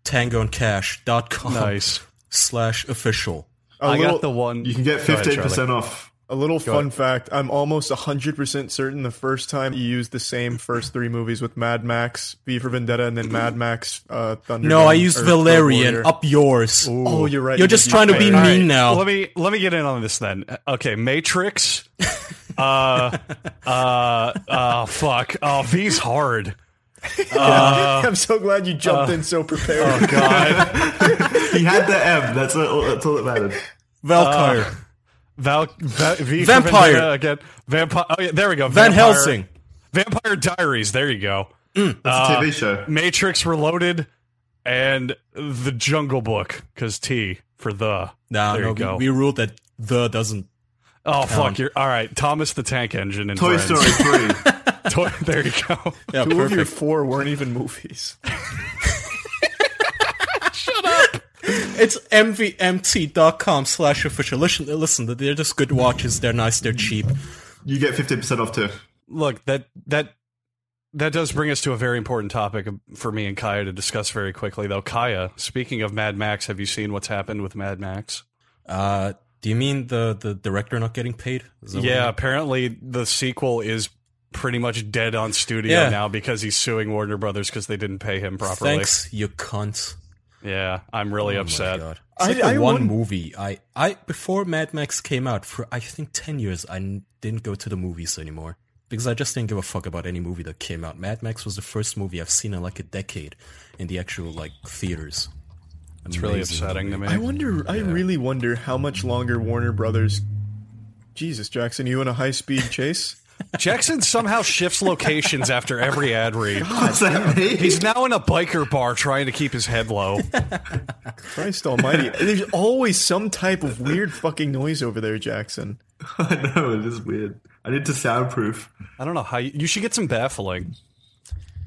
Speaker 3: tangoandcash.com
Speaker 1: Nice.
Speaker 3: slash official.
Speaker 2: A
Speaker 1: I
Speaker 2: little,
Speaker 1: got the one.
Speaker 4: You can get
Speaker 1: Go ahead,
Speaker 4: fifteen percent off.
Speaker 2: a little fun fact. I'm almost 100% certain the first time you used the same first three movies with Mad Max, V for Vendetta, and then Mad Max uh, Thunder.
Speaker 3: No, I used
Speaker 2: or- or
Speaker 3: Valerian.
Speaker 2: Warrior.
Speaker 3: Up yours.
Speaker 2: Oh, you're right.
Speaker 3: You're
Speaker 2: You
Speaker 3: just
Speaker 2: did
Speaker 3: trying to
Speaker 2: use
Speaker 3: be mean
Speaker 2: Valerian.
Speaker 1: All right,
Speaker 3: now.
Speaker 1: Let me let me get in on this then. Uh, Okay, Matrix. Uh, uh, uh, fuck. Oh, V's hard.
Speaker 3: Uh,
Speaker 2: I'm so glad you jumped in so
Speaker 3: oh,
Speaker 2: prepared.
Speaker 1: God.
Speaker 4: He had the M. That's all, that's all that mattered.
Speaker 1: Uh,
Speaker 3: Valkyrie.
Speaker 1: Val, Va- v for
Speaker 3: Vampire.
Speaker 1: Vendetta again. Vampire. Oh, yeah, there we go.
Speaker 3: Van
Speaker 1: Vampire-
Speaker 3: Helsing.
Speaker 1: Vampire Diaries. There you go.
Speaker 4: It's a
Speaker 1: Ah.
Speaker 4: TV show.
Speaker 1: Matrix Reloaded and The Jungle Book because T for the.
Speaker 3: Nah,
Speaker 1: there
Speaker 3: no,
Speaker 1: you go.
Speaker 3: we, we ruled that the doesn't.
Speaker 1: oh fuck! You're all right. Thomas the Tank Engine and
Speaker 4: Toy
Speaker 1: Friends.
Speaker 4: Story Three.
Speaker 1: Toy- there you go.
Speaker 3: Yeah,
Speaker 2: Two of your
Speaker 3: perfect.
Speaker 2: four weren't even movies.
Speaker 3: It's mvmt.com slash official. Listen, listen, they're just good watches. They're nice. They're cheap.
Speaker 4: you get fifteen percent off too.
Speaker 1: Look that that that does bring us to a very important topic for me and Kaya to discuss very quickly. Though Kaya, speaking of Mad Max, have you seen what's happened with Mad Max?
Speaker 3: Uh, do you mean the, the director not getting paid? Is that what you
Speaker 1: Yeah,
Speaker 3: mean?
Speaker 1: apparently the sequel is pretty much dead on studio
Speaker 3: Yeah.
Speaker 1: now because he's suing Warner Brothers because they didn't pay him properly.
Speaker 3: Thanks, you cunt. Oh
Speaker 1: Yeah, I'm really upset.
Speaker 3: God. It's
Speaker 2: I-
Speaker 3: like the
Speaker 2: I
Speaker 3: one
Speaker 2: won-
Speaker 3: movie I, I before Mad Max came out for I think ten years I n- didn't go to the movies anymore because I just didn't give a fuck about any movie that came out. Mad Max was the first movie I've seen in like a decade in the actual like theaters.
Speaker 1: It's really upsetting to me.
Speaker 2: I wonder. I really wonder how much longer Warner Brothers. Jesus, Jackson, you in a high speed chase?
Speaker 1: Jackson somehow shifts locations after every ad read.
Speaker 2: Ah,
Speaker 4: What's that mean?
Speaker 1: He's now in a biker bar trying to keep his head low.
Speaker 2: Christ Almighty! There's always some type of weird fucking noise over there, Jackson.
Speaker 4: I know it is weird. I need to soundproof.
Speaker 1: I don't know how you, you should get some baffling.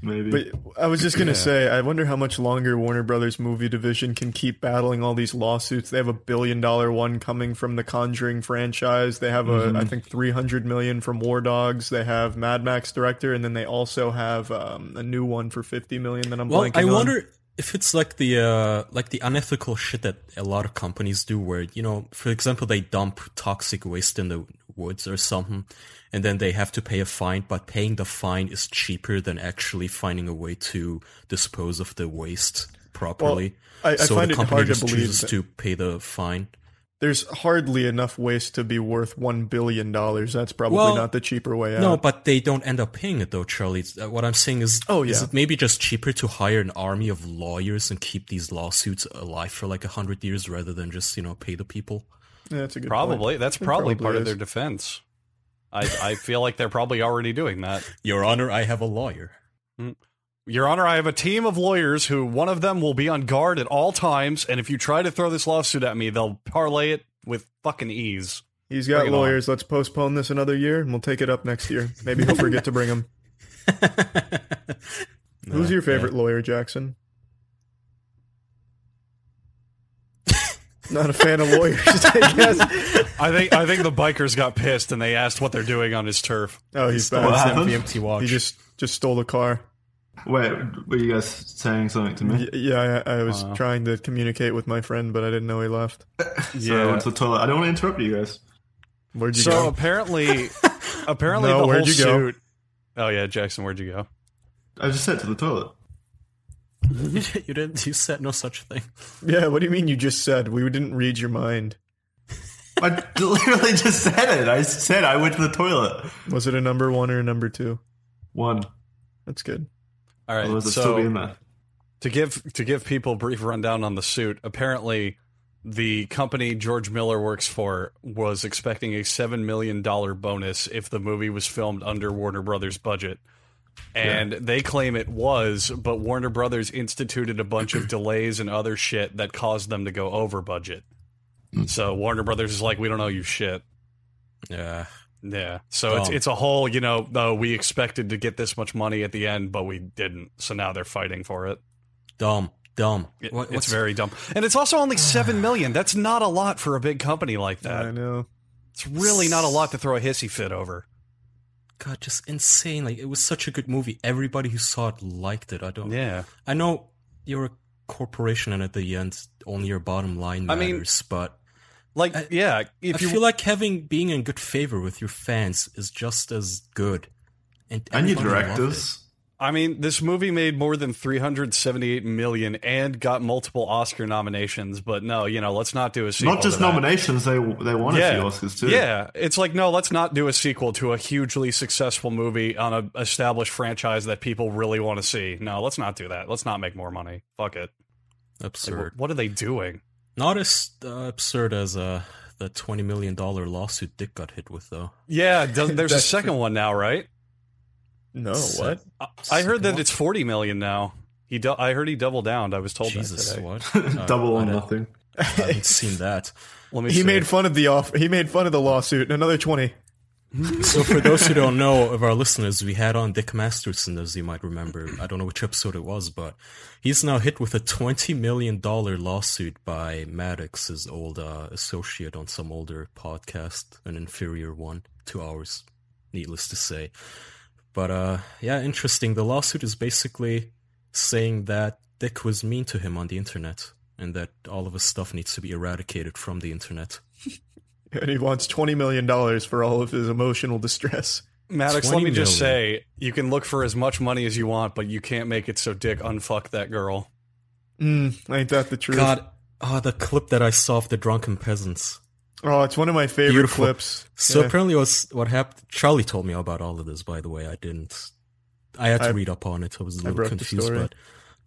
Speaker 4: maybe.
Speaker 2: But I was just gonna say, I wonder how much longer Warner Brothers movie division can keep battling all these lawsuits. They have a billion dollar one coming from the Conjuring franchise. They have
Speaker 1: Mm-hmm.
Speaker 2: a, I think, three hundred million from War Dogs. They have Mad Max director, and then they also have um, a new one for fifty million. That I'm
Speaker 3: Well,
Speaker 2: blanking
Speaker 3: I
Speaker 2: on.
Speaker 3: wonder if it's like the uh, like the unethical shit that a lot of companies do, where you know, for example, they dump toxic waste in the woods or something, and then they have to pay a fine. But paying the fine is cheaper than actually finding a way to dispose of the waste properly.
Speaker 2: I- I
Speaker 3: so
Speaker 2: find
Speaker 3: the
Speaker 2: it
Speaker 3: company
Speaker 2: hard to
Speaker 3: just
Speaker 2: believe
Speaker 3: chooses
Speaker 2: that-
Speaker 3: to pay the fine.
Speaker 2: There's hardly enough waste to be worth one billion dollars. That's probably
Speaker 3: Well,
Speaker 2: not the cheaper way out.
Speaker 3: No, but they don't end up paying it though, Charlie. It's- uh, What I'm saying is,
Speaker 2: Oh,
Speaker 3: is
Speaker 2: yeah.
Speaker 3: it maybe just cheaper to hire an army of lawyers and keep these lawsuits alive for like a hundred years rather than just you know pay the people?
Speaker 2: Yeah, that's a good point.
Speaker 1: Probably. That's
Speaker 2: It
Speaker 1: probably, part of
Speaker 2: is.
Speaker 1: their defense. I, I feel like they're probably already doing that.
Speaker 3: Your Honor, I have a lawyer.
Speaker 1: Your Honor, I have a team of lawyers who one of them will be on guard at all times, and if you try to throw this lawsuit at me, they'll parlay it with fucking ease.
Speaker 2: He's got
Speaker 1: Bring it on.
Speaker 2: lawyers. Let's postpone this another year, and we'll take it up next year. Maybe he'll forget to bring them. Who's your favorite lawyer, Jackson? Not a fan of lawyers, I guess.
Speaker 1: I think I think the bikers got pissed and they asked what they're doing on his turf.
Speaker 2: Oh, he's
Speaker 3: Stole his
Speaker 2: bad.
Speaker 4: happened?
Speaker 3: MVMT watch.
Speaker 2: He just just stole the car.
Speaker 4: Wait, were you guys saying something to me?
Speaker 2: Y- Yeah, I, I was
Speaker 1: Wow.
Speaker 2: trying to communicate with my friend, but I didn't know he left.
Speaker 4: So I went to the toilet. I don't want to interrupt you guys.
Speaker 2: Where'd you
Speaker 1: So
Speaker 2: go?
Speaker 1: apparently, apparently
Speaker 2: No,
Speaker 1: the
Speaker 2: where'd
Speaker 1: whole
Speaker 2: you go?
Speaker 1: suit. Oh yeah, Jackson, where'd you go?
Speaker 4: I just said to the toilet.
Speaker 3: you didn't. You said no such thing.
Speaker 2: Yeah, what do you mean you just said? We didn't read your mind.
Speaker 4: I literally just said it. I said I went to the toilet.
Speaker 2: Was it a number one or a number two?
Speaker 4: One.
Speaker 2: That's good.
Speaker 1: All right,
Speaker 4: Otherwise, I'd still be in
Speaker 1: so
Speaker 4: there.
Speaker 1: to give to give people a brief rundown on the suit. Apparently, the company George Miller works for was expecting a seven million dollar bonus if the movie was filmed under Warner Brothers budget. And they claim it was, but Warner Brothers instituted a bunch of delays and other shit that caused them to go over budget. So Warner Brothers is like, we don't owe you shit.
Speaker 3: Yeah.
Speaker 1: Yeah. So it's
Speaker 3: Dumb.
Speaker 1: it's a whole, you know, though we expected to get this much money at the end, but we didn't. So now they're fighting for it.
Speaker 3: Dumb. Dumb.
Speaker 1: It-
Speaker 3: What-
Speaker 1: it's
Speaker 3: what's-
Speaker 1: very dumb. And it's also only 7 million. That's not a lot for a big company like
Speaker 2: I
Speaker 1: that.
Speaker 2: know.
Speaker 1: It's really not a lot to throw a hissy fit over.
Speaker 3: God, just insane. Like it was such a good movie. Everybody who saw it liked it. I don't.
Speaker 1: Yeah.
Speaker 3: I know you're a corporation, and at the end, only your bottom line
Speaker 1: I mean-
Speaker 3: matters. but
Speaker 1: Like
Speaker 3: I-
Speaker 1: yeah, if
Speaker 3: I
Speaker 1: you
Speaker 3: feel like having being in good favor with your fans is just as good. And,
Speaker 4: And your
Speaker 3: everybody loved
Speaker 4: directors.
Speaker 1: I mean, this movie made more than 378 million and got multiple Oscar nominations, but no, you know, let's not do a sequel
Speaker 4: Not just
Speaker 1: to that.
Speaker 4: nominations, they they won
Speaker 1: Yeah.
Speaker 4: a few Oscars too.
Speaker 1: Yeah, it's like no, let's not do a sequel to a hugely successful movie on a established franchise that people really want to see. No, let's not do that. Let's not make more money. Fuck it.
Speaker 3: it.
Speaker 1: Like,
Speaker 3: Absurd.
Speaker 1: wh- what are they doing?
Speaker 3: Not as uh, absurd as uh, the twenty million dollar lawsuit Dick got hit with, though.
Speaker 1: Yeah, does, there's a
Speaker 2: That's-
Speaker 1: second one now, right?
Speaker 2: No,
Speaker 3: It's, uh,
Speaker 2: Oh, what?
Speaker 1: I, I heard
Speaker 3: Second
Speaker 1: that
Speaker 3: one?
Speaker 1: it's 40 million now. He, dou- I heard he doubled down. I was told
Speaker 3: Jesus,
Speaker 1: that today.
Speaker 3: what?
Speaker 4: Double
Speaker 3: I,
Speaker 4: or
Speaker 3: I don't-
Speaker 4: nothing.
Speaker 3: I haven't seen that.
Speaker 1: Let me.
Speaker 2: He
Speaker 1: see.
Speaker 2: made fun of the off. He made fun of the lawsuit. Another twenty.
Speaker 3: So, for those who don't know of our listeners, we had on Dick Masterson, as you might remember. I don't know which episode it was, but he's now hit with a twenty million dollar lawsuit by Maddox, his old uh, associate on some older podcast, an inferior one, two hours, needless to say. But uh, yeah, interesting. The lawsuit is basically saying that Dick was mean to him on the internet, and that all of his stuff needs to be eradicated from the internet.
Speaker 2: And he wants $20 million for all of his emotional distress.
Speaker 1: Maddox. Let
Speaker 3: 20
Speaker 1: me just
Speaker 3: million.
Speaker 1: say, you can look for as much money as you want, but you can't make it so Dick unfuck that girl.
Speaker 2: Mm, ain't that the truth?
Speaker 3: God, ah, the clip that I saw of the drunken peasants.
Speaker 2: Oh, it's one of my favorite
Speaker 3: Beautiful.
Speaker 2: clips.
Speaker 3: So
Speaker 2: Yeah.
Speaker 3: apparently, it was what happened? Charlie told me about all of this. By the way, I didn't. I had to
Speaker 2: I-
Speaker 3: read up on it. I was a little
Speaker 2: broke the
Speaker 3: confused,
Speaker 2: story.
Speaker 3: but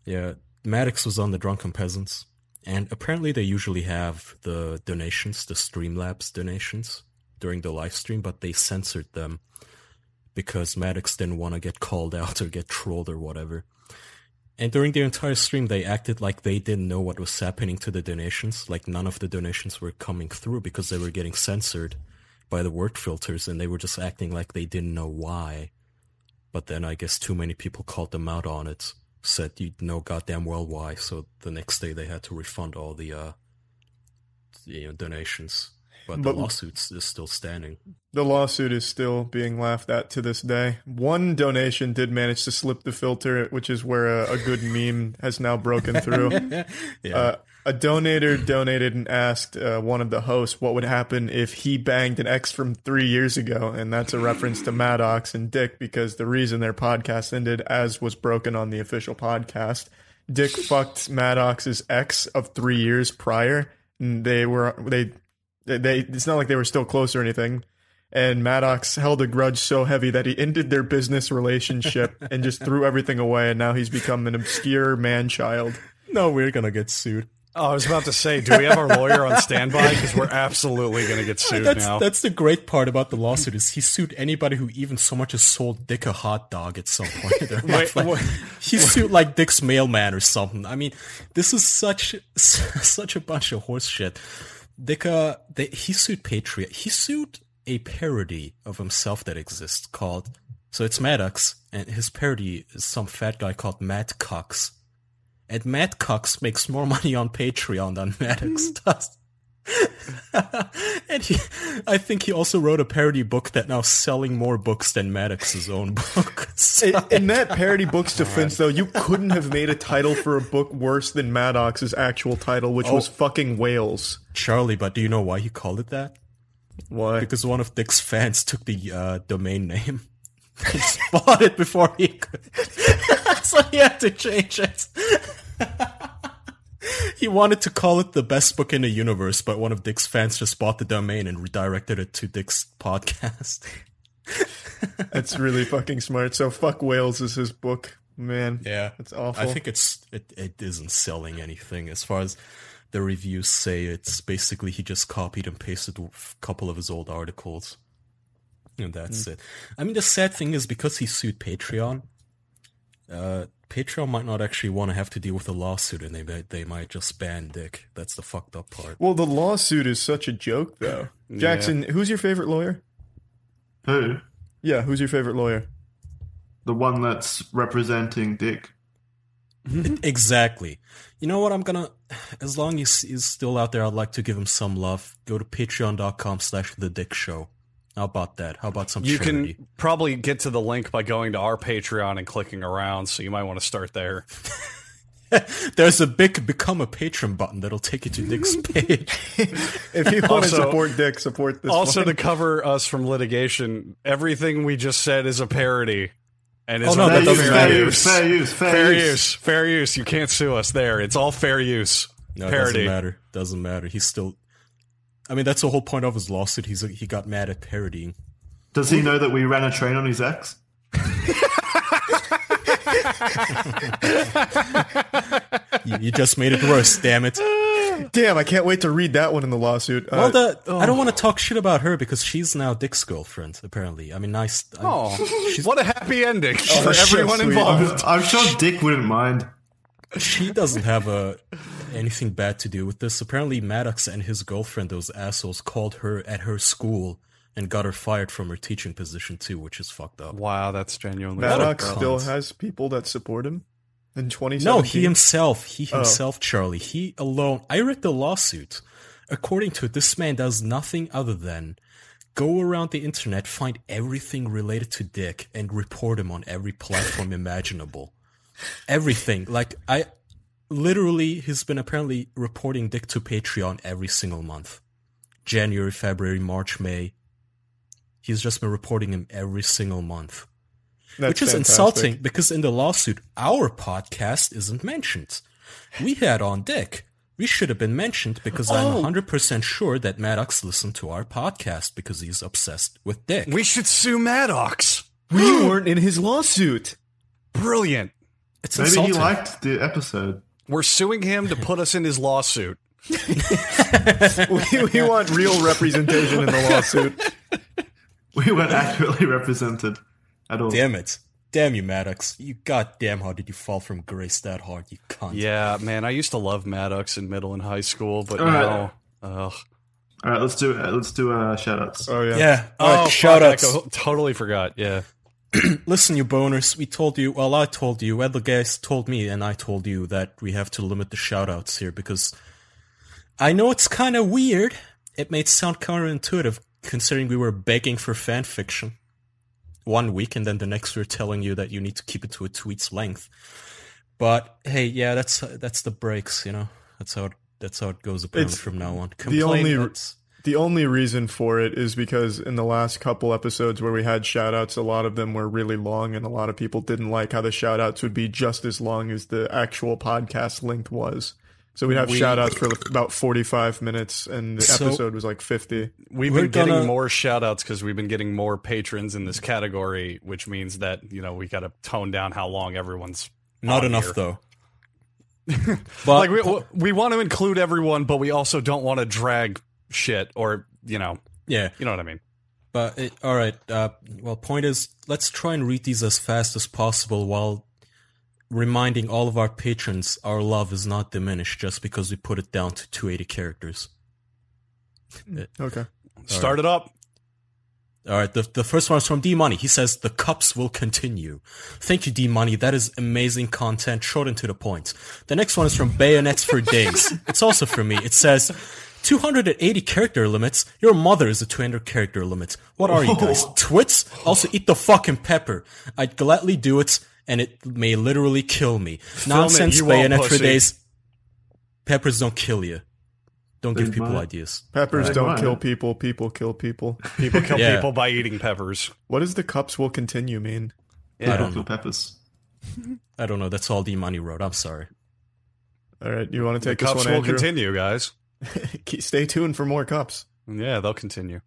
Speaker 3: yeah, Maddox was on the Drunken Peasants, and apparently they usually have the donations, the Streamlabs donations during the live stream, but they censored them because Maddox didn't want to get called out or get trolled or whatever. And during the entire stream, they acted like they didn't know what was happening to the donations. Like none of the donations were coming through because they were getting censored by the word filters, and they were just acting like they didn't know why. But then I guess too many people called them out on it, said you know goddamn well why. So the next day they had to refund all the uh, you know, donations. But the
Speaker 2: But-
Speaker 3: lawsuits is still standing.
Speaker 2: The lawsuit is still being laughed at to this day. One donation did manage to slip the filter, which is where a, a good meme has now broken through.
Speaker 3: Yeah.
Speaker 2: Uh, a donator donated and asked uh, one of the hosts what would happen if he banged an ex from three years ago, and that's a reference to Maddox and Dick because the reason their podcast ended, as was broken on the official podcast, Dick fucked Maddox's ex of three years prior, and they were they they, they it's not like they were still close or anything. And Maddox held a grudge so heavy that he ended their business relationship and just threw everything away, and now he's become an obscure man child.
Speaker 3: no, we're gonna get sued.
Speaker 1: Oh, I was about to say, do we have our lawyer on standby? Because we're absolutely going to get sued
Speaker 3: that's,
Speaker 1: now.
Speaker 3: That's the great part about the lawsuit is he sued anybody who even so much as sold Dick a hot dog at some point. They're
Speaker 1: Wait,
Speaker 3: like-
Speaker 1: wait.
Speaker 3: he sued like Dick's mailman or something. I mean, this is such such a bunch of horse shit. Dick, uh, they, he sued Patriot. He sued a parody of himself that exists called. So it's Maddox, and his parody is some fat guy called Matt Cox. And Matt Cox makes more money on Patreon than Maddox does. and he, I think he also wrote a parody book that now selling more books than Maddox's own book. So-
Speaker 2: In- in that parody book's defense, though, you couldn't have made a title for a book worse than Maddox's actual title, which
Speaker 3: Oh.
Speaker 2: was fucking whales.
Speaker 3: Charlie, but do you know why he called it that?
Speaker 2: Why?
Speaker 3: Because one of Dick's fans took the uh, domain name. He just bought it before he could. so he had to change it. he wanted to call it the best book in the universe, but one of Dick's fans just bought the domain and redirected it to Dick's podcast.
Speaker 2: That's really fucking smart. So fuck whales is his book, man.
Speaker 3: Yeah,
Speaker 2: That's awful.
Speaker 3: I think it's it, it isn't selling anything as far as the reviews say. It's basically he just copied and pasted a couple of his old articles, and that's
Speaker 1: Mm.
Speaker 3: it. I mean, the sad thing is because he sued Patreon, uh, Patreon might not actually want to have to deal with a lawsuit, and they might, they might just ban Dick. That's the fucked up part.
Speaker 2: Well, the lawsuit is such a joke, though. Jackson, who's your favorite lawyer?
Speaker 4: Who?
Speaker 2: Yeah, who's your favorite lawyer?
Speaker 4: The one that's representing Dick.
Speaker 3: Exactly. You know what? I'm gonna, as long as he's still out there, I'd like to give him some love. Go to patreon.com slash the dick show. How about that? How about some
Speaker 1: you
Speaker 3: charity?
Speaker 1: can probably get to the link by going to our Patreon and clicking around, so you might want to start there.
Speaker 3: There's a big become a patron button that'll take you to Dick's page.
Speaker 2: If you want to
Speaker 1: Also-
Speaker 2: support Dick, support this.
Speaker 1: also,
Speaker 2: one.
Speaker 1: to cover us from litigation, everything we just said is a parody. And it's
Speaker 3: Oh, no,
Speaker 1: not
Speaker 3: that
Speaker 4: Fair
Speaker 3: doesn't
Speaker 4: use,
Speaker 1: fair
Speaker 4: fair
Speaker 3: matter.
Speaker 1: use.
Speaker 4: use, fair use, fair,
Speaker 1: Fair
Speaker 4: use.
Speaker 1: use. Fair use. You can't sue us there. It's all fair use.
Speaker 3: No, it doesn't
Speaker 1: parody.
Speaker 3: matter. Doesn't matter. He's still. I mean, that's the whole point of his lawsuit. He's he got mad at parodying.
Speaker 4: Does he know that we ran a train on his ex?
Speaker 3: You, you just made it worse. damn it.
Speaker 2: damn, I can't wait to read that one in the lawsuit. Uh,
Speaker 3: Well, the, I don't want to talk shit about her because she's now Dick's girlfriend. Apparently, I mean, nice. I-
Speaker 1: Oh, what a happy ending
Speaker 3: Oh,
Speaker 1: for
Speaker 2: that's so
Speaker 1: everyone
Speaker 2: sweet.
Speaker 1: involved.
Speaker 4: I'm sure Dick wouldn't mind.
Speaker 3: she doesn't have a anything bad to do with this. Apparently, Maddox and his girlfriend, those assholes, called her at her school and got her fired from her teaching position too, which is fucked up.
Speaker 1: Wow, that's genuinely
Speaker 2: Maddox
Speaker 1: fucked up.
Speaker 2: still has people that support him in 2017.
Speaker 3: No, he himself, he himself, Charlie, he alone. I read the lawsuit. According to it, this man does nothing other than go around the internet, find everything related to Dick, and report him on every platform imaginable. Everything. Like, I literally, he's been apparently reporting Dick to Patreon every single month January, February, March, May. He's just been reporting him every single month
Speaker 2: That's
Speaker 3: which is
Speaker 2: fantastic.
Speaker 3: insulting because in the lawsuit, our podcast isn't mentioned. We had on Dick. We should have been mentioned because I'm 100% sure that Maddox listened to our podcast because he's obsessed with Dick.
Speaker 1: We should sue Maddox.
Speaker 2: We weren't in his lawsuit.
Speaker 1: Brilliant.
Speaker 3: it's
Speaker 4: Maybe
Speaker 3: insulting.
Speaker 4: he liked the episode.
Speaker 1: We're suing him to put us in his lawsuit.
Speaker 2: we, we want real representation in the lawsuit.
Speaker 4: We weren't accurately represented at all.
Speaker 3: Damn it. Damn you, Maddox. You goddamn, how did you fall from grace that hard, you cunt?
Speaker 1: Yeah, man, I used to love Maddox in middle and high school, but
Speaker 4: All
Speaker 1: now.
Speaker 4: right.
Speaker 1: Ugh.
Speaker 4: All right, let's do let's do uh, shout outs.
Speaker 2: Oh yeah.
Speaker 3: Yeah. All right,
Speaker 1: fuck,
Speaker 3: shout outs.
Speaker 1: I co- totally forgot. Yeah.
Speaker 3: listen, you boners, we told you, well, I told you, other guys told me, and I told you that we have to limit the shoutouts here because I know it's kind of weird. It may sound counterintuitive considering we were begging for fan fiction one week, and then the next we're telling you that you need to keep it to a tweet's length. But hey, yeah, that's that's the breaks, you know. That's how it, that's how it goes apparently
Speaker 2: It's
Speaker 3: from now on.
Speaker 2: the only-
Speaker 3: Complain, that's-
Speaker 2: The only reason for it is because in the last couple episodes where we had shout outs, a lot of them were really long and a lot of people didn't like how the shout outs would be just as long as the actual podcast length was. So we'd have
Speaker 3: We-
Speaker 2: shout outs for about 45 minutes and the
Speaker 3: So-
Speaker 2: episode was like 50.
Speaker 1: We've
Speaker 3: We're
Speaker 1: been getting
Speaker 3: gonna-
Speaker 1: more shout outs because we've been getting more patrons in this category, which means that, you know, we got to tone down how long everyone's.
Speaker 3: not
Speaker 2: Oh,
Speaker 1: on
Speaker 3: enough
Speaker 1: here.
Speaker 3: though. but
Speaker 1: Like, we, we want to include everyone, but we also don't want to drag shit or, you know,
Speaker 3: yeah,
Speaker 1: you know what I mean.
Speaker 3: But it, all right. Uh, well, point is, let's try and read these as fast as possible while reminding all of our patrons our love is not diminished just because we put it down to 280 characters.
Speaker 2: Okay.
Speaker 1: Start it up.
Speaker 3: All right. The, the first one is from D Money. He says the cups will continue. Thank you, D Money. That is amazing content, short and to the point. The next one is from Bayonets for Days. It's also for me. It says. 280 character limits. Your mother is a 200 character limit. What are you guys? Twits? Also, eat the fucking pepper. I'd gladly do it, and it may literally kill me. Nonsense,
Speaker 1: you won't,
Speaker 3: bayonet for
Speaker 1: pussy.
Speaker 3: days. Peppers don't kill you. Don't give
Speaker 4: They
Speaker 3: people
Speaker 4: might.
Speaker 3: ideas.
Speaker 2: Peppers
Speaker 4: Right.
Speaker 2: don't
Speaker 4: Right.
Speaker 2: kill people, people kill people.
Speaker 1: People kill
Speaker 3: Yeah.
Speaker 1: people by eating peppers.
Speaker 2: What does the cups will continue mean?
Speaker 3: I
Speaker 4: Yeah,
Speaker 3: don't
Speaker 4: Dr. Peppers.
Speaker 3: I don't know. That's all D Money wrote. I'm sorry.
Speaker 2: All right, you want to take this
Speaker 1: Cups
Speaker 2: one,
Speaker 1: will
Speaker 2: Andrew?
Speaker 1: continue, guys.
Speaker 2: Keep- Stay tuned for more cups.
Speaker 1: Yeah, they'll continue.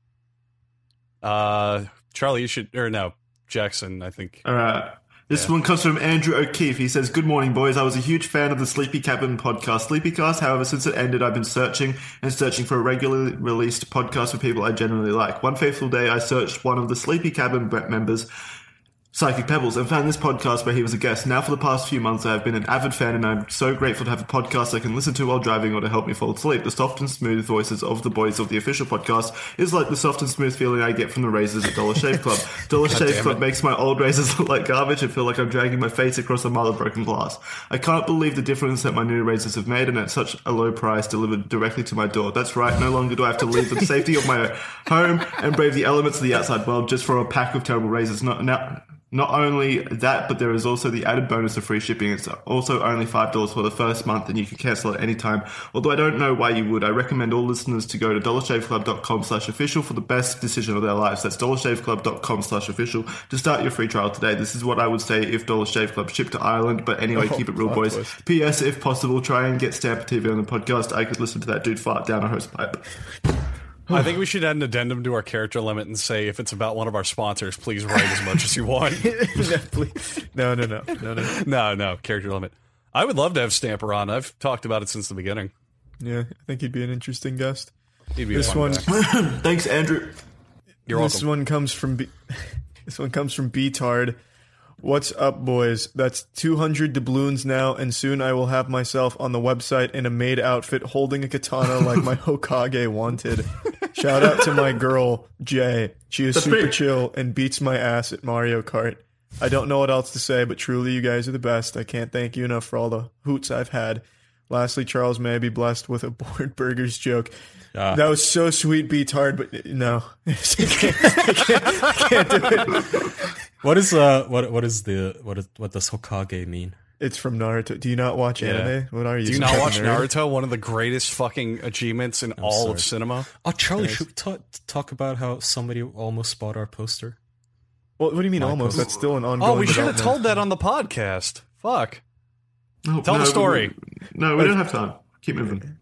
Speaker 1: Uh, Charlie, you should, or no, Jackson, I think.
Speaker 4: All right. This one comes from Andrew O'Keefe. He says, Good morning, boys. I was a huge fan of the Sleepy Cabin podcast, Sleepycast. However, since it ended, I've been searching and searching for a regularly released podcast for people I generally like. One faithful day, I searched one of the Sleepy Cabin b- members, Psychic Pebbles, and found this podcast where he was a guest. Now, for the past few months, I have been an avid fan, and I'm so grateful to have a podcast I can listen to while driving or to help me fall asleep. The soft and smooth voices of the boys of the official podcast is like the soft and smooth feeling I get from the razors at Dollar Shave Club. Dollar Shave Club makes my old razors look like garbage and feel like I'm dragging my face across a mile of broken glass. I can't believe the difference that my new razors have made, and at such a low price, delivered directly to my door. That's right. No longer do I have to leave the safety of my home and brave the elements of the outside world just for a pack of terrible razors. Not now. Not only that, but there is also the added bonus of free shipping. It's also only $5 for the first month and you can cancel at any time. Although I don't know why you would, I recommend all listeners to go to dollarshaveclub.com slash official for the best decision of their lives. That's dollarshaveclub.com slash official to start your free trial today. This is what I would say if Dollar Shave Club shipped to Ireland, but anyway, keep it real,
Speaker 2: plot
Speaker 4: Oh, boys.
Speaker 2: twist.
Speaker 4: P.S. If possible, try and get Stamper TV on the podcast. I could listen to that dude fart down a hose pipe.
Speaker 1: I think we should add an addendum to our character limit and say if it's about one of our sponsors, please write as much as you want.
Speaker 2: no, please. no, no, no, no, no.
Speaker 1: no, no, character limit. I would love to have Stamper on. I've talked about it since the beginning.
Speaker 2: Yeah, I think he'd be an interesting guest.
Speaker 1: He'd be a
Speaker 2: This
Speaker 1: fun
Speaker 2: one,
Speaker 1: guy.
Speaker 4: Thanks, Andrew.
Speaker 1: You're
Speaker 2: this
Speaker 1: welcome.
Speaker 2: one comes from B- this one comes from Beatard. What's up, boys? That's 200 doubloons now, and soon I will have myself on the website in a maid outfit holding a katana like my Hokage wanted. Shout out to my girl, Jay. She is super
Speaker 4: big.
Speaker 2: chill and beats my ass at Mario Kart. I don't know what else to say, but truly, you guys are the best. I can't thank you enough for all the hoots I've had. Lastly, Charles may I be blessed with a bored burgers joke.
Speaker 3: Ah.
Speaker 2: that was so sweet, Beatard, but no. I can't- I can't- I can't do it.
Speaker 3: What is uh what what is the what is, what does Hokage mean?
Speaker 2: It's from Naruto. Do you not watch anime? What are you?
Speaker 1: Do you
Speaker 2: some
Speaker 1: not
Speaker 2: kind of
Speaker 1: watch
Speaker 2: nerd?
Speaker 1: Naruto? One of the greatest fucking achievements in all of cinema.
Speaker 3: Oh, Charlie, should we ta- talk about how somebody almost bought our poster?
Speaker 2: Well, what do you mean almost? That's still an ongoing.
Speaker 1: Oh, we should have told
Speaker 2: development.
Speaker 1: that on the podcast. Fuck.
Speaker 4: No,
Speaker 1: Tell the
Speaker 4: Oh, no,
Speaker 1: story.
Speaker 4: we- no, we don't have time. Keep moving.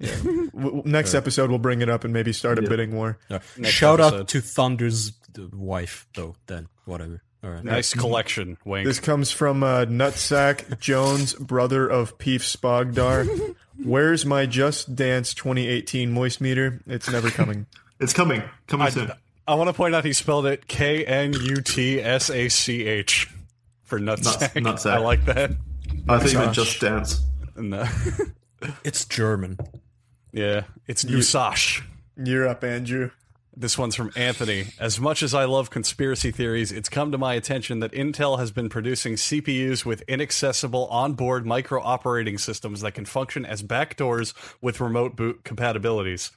Speaker 2: W- w- Next episode, we'll bring it up and maybe start a bidding war.
Speaker 3: All right.
Speaker 1: Next
Speaker 3: Shout
Speaker 1: episode.
Speaker 3: out to Thunder's uh, wife, though. Then whatever. All right.
Speaker 1: Nice collection, Wink.
Speaker 2: This comes from uh, Nutsack Jones, brother of Peef Spogdar. Where's my Just Dance 2018 moist meter? It's never coming.
Speaker 4: It's coming. Coming soon.
Speaker 1: I want to point out he spelled it K N U T S A C H for nutsack.
Speaker 4: nutsack.
Speaker 1: I like that.
Speaker 4: I think it just dance.
Speaker 1: No.
Speaker 3: It's German.
Speaker 1: yeah, it's Nusash.
Speaker 2: You're up, Andrew.
Speaker 1: This one's from Anthony. As much as I love conspiracy theories, it's come to my attention that Intel has been producing CPUs with inaccessible onboard micro operating systems that can function as backdoors with remote boot compatibilities.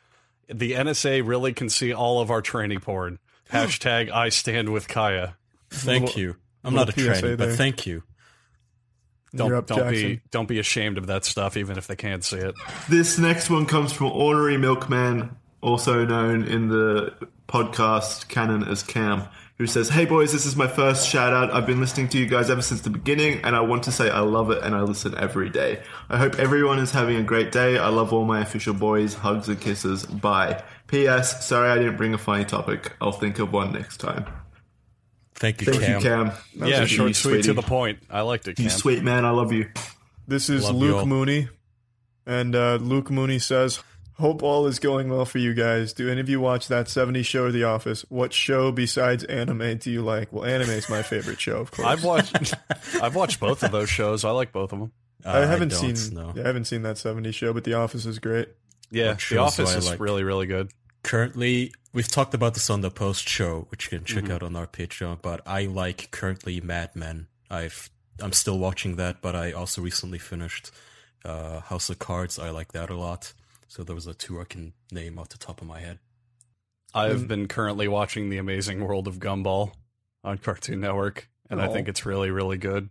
Speaker 1: The NSA really can see all of our tranny porn. Hashtag I stand with Kaya.
Speaker 3: Thank you. I'm not a
Speaker 2: little PSA
Speaker 3: tranny, but
Speaker 2: there.
Speaker 3: thank you.
Speaker 1: Don't,
Speaker 2: You're up,
Speaker 1: don't be
Speaker 2: Jackson.
Speaker 1: don't be ashamed of that stuff, even if they can't see it.
Speaker 4: This next one comes from Ordinary Milkman, also known in the podcast canon as Cam, who says, Hey boys, this is my first shout out. I've been listening to you guys ever since the beginning, and I want to say I love it and I listen every day. I hope everyone is having a great day. I love all my official boys. Hugs and kisses. Bye. P.S. Sorry I didn't bring a funny topic. I'll think of one next time.
Speaker 3: Thank you,
Speaker 4: Thank
Speaker 3: Cam.
Speaker 4: you, Cam. That
Speaker 1: Yeah,
Speaker 4: was
Speaker 1: short,
Speaker 4: you,
Speaker 1: sweet, to
Speaker 4: sweetie.
Speaker 1: the point. I liked it.
Speaker 4: You
Speaker 1: Cam.
Speaker 4: sweet man, I love you.
Speaker 2: This is
Speaker 3: Love you
Speaker 2: Luke
Speaker 3: all.
Speaker 2: Mooney, and uh, Luke Mooney says, "Hope all is going well for you guys. Do any of you watch that '70s show, or The Office? What show besides anime do you like? Well, anime is my favorite show, of course.
Speaker 1: I've watched I've watched both of those shows. I like both of them.
Speaker 3: Uh,
Speaker 2: I haven't
Speaker 3: don't
Speaker 2: seen,
Speaker 3: know.
Speaker 2: yeah, I haven't seen that '70s show, but The Office is great.
Speaker 1: Yeah,
Speaker 3: What
Speaker 1: The
Speaker 3: shows do
Speaker 1: Office
Speaker 3: I
Speaker 1: is
Speaker 3: like?
Speaker 1: really really good.
Speaker 3: Currently, we've talked about this on the post show, which you can
Speaker 1: Mm-hmm.
Speaker 3: check out on our Patreon. But I like currently Mad Men. I've I'm still watching that, but I also recently finished uh, House of Cards. I like that a lot. So those are two I can name off the top of my head.
Speaker 1: I've
Speaker 2: Mm.
Speaker 1: been currently watching The Amazing World of Gumball on Cartoon Network, and I
Speaker 2: Oh.
Speaker 1: think it's really really good.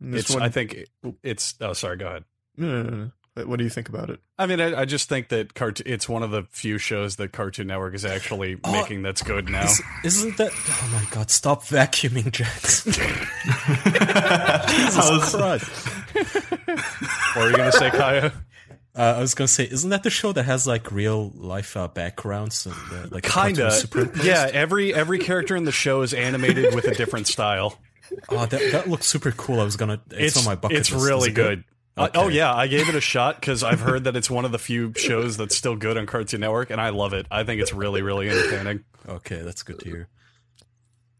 Speaker 2: And this
Speaker 1: It's
Speaker 2: one,
Speaker 1: I think it- it's oh sorry, go ahead.
Speaker 2: no, no, no, no. What do you think about it?
Speaker 1: I mean, I, I just think that cart- it's one of the few shows that Cartoon Network is actually
Speaker 3: Oh.
Speaker 1: making that's good now.
Speaker 3: Is, isn't that? Oh my god! Stop vacuuming, Jackson.
Speaker 4: I was-
Speaker 3: Jesus Christ.
Speaker 1: what are you gonna say, Kaya?
Speaker 3: Uh, I was gonna say, isn't that the show that has like real life uh, backgrounds and uh, like
Speaker 1: Kinda,
Speaker 3: cartoons superimposed?
Speaker 1: yeah. Every every character in the show is animated with a different style.
Speaker 3: Oh, that that looks super cool. I was gonna. It's, on my bucket
Speaker 1: It's
Speaker 3: list. Is
Speaker 1: really
Speaker 3: it
Speaker 1: good. Uh,
Speaker 3: Okay.
Speaker 1: oh yeah, I gave it a shot because I've heard that it's one of the few shows that's still good on Cartoon Network, and I love it. I think it's really, really entertaining.
Speaker 3: Okay, that's good to hear.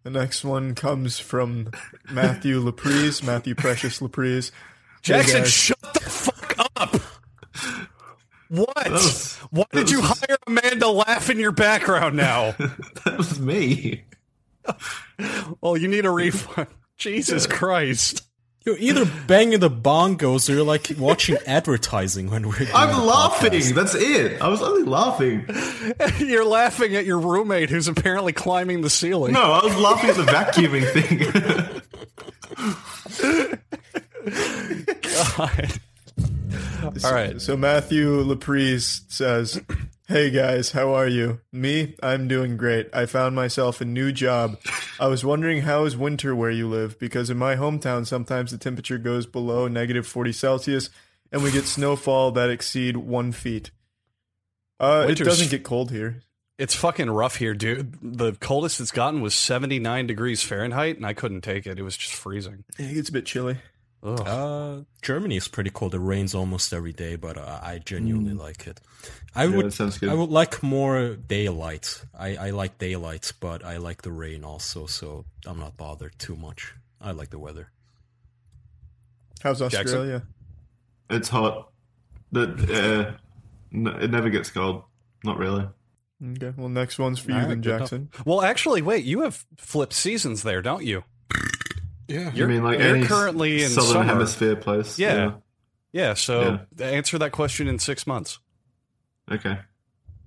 Speaker 2: The next one comes from Matthew Laprise, Matthew Precious Laprise.
Speaker 1: Jackson,
Speaker 2: guys.
Speaker 1: shut the fuck up! What?
Speaker 4: was-
Speaker 1: Why
Speaker 4: that
Speaker 1: did you
Speaker 4: was-
Speaker 1: hire a man to laugh in your background now?
Speaker 4: that was me.
Speaker 1: well, you need a refund. Jesus Christ!
Speaker 3: You're either banging the bongos or you're like watching advertising when we're. doing
Speaker 4: I'm
Speaker 3: the
Speaker 4: laughing.
Speaker 3: podcast.
Speaker 4: That's it. I was only laughing.
Speaker 1: You're laughing at your roommate who's apparently climbing the ceiling.
Speaker 4: No, I was laughing at the vacuuming thing.
Speaker 1: God. All right.
Speaker 2: So Matthew Laprise says, "Hey guys, how are you? Me, I'm doing great. I found myself a new job. I was wondering how is winter where you live because in my hometown sometimes the temperature goes below negative 40 Celsius and we get snowfall that exceed 1 feet. Uh, it
Speaker 1: Winter's-
Speaker 2: doesn't get cold here.
Speaker 1: It's fucking rough here, dude. The coldest it's gotten was 79 degrees Fahrenheit, and I couldn't take it. It was just freezing.
Speaker 2: It gets a bit chilly.
Speaker 1: Ugh.
Speaker 3: Uh, Germany is pretty cold. It rains almost every day, but uh, I genuinely like it. I
Speaker 4: Mm. Yeah, that
Speaker 3: would,
Speaker 4: sounds good.
Speaker 3: I would like more daylight. I, I like daylight, but I like the rain also, so I'm not bothered too much. I like the weather.
Speaker 2: How's
Speaker 1: Jackson?
Speaker 2: Australia?
Speaker 4: it's hot. That uh, n- it never gets cold. Not really.
Speaker 2: Okay. Well, next one's for you
Speaker 1: All right,
Speaker 2: then,
Speaker 1: good enough.
Speaker 2: Jackson.
Speaker 1: Well, actually, wait, you have flip seasons there, don't you?
Speaker 3: Yeah.
Speaker 1: You're,
Speaker 4: I mean, like
Speaker 1: you're
Speaker 4: any
Speaker 1: currently in
Speaker 4: southern
Speaker 1: summer.
Speaker 4: hemisphere place.
Speaker 1: Yeah. Yeah, so answer that question in six months.
Speaker 4: Yeah. Okay.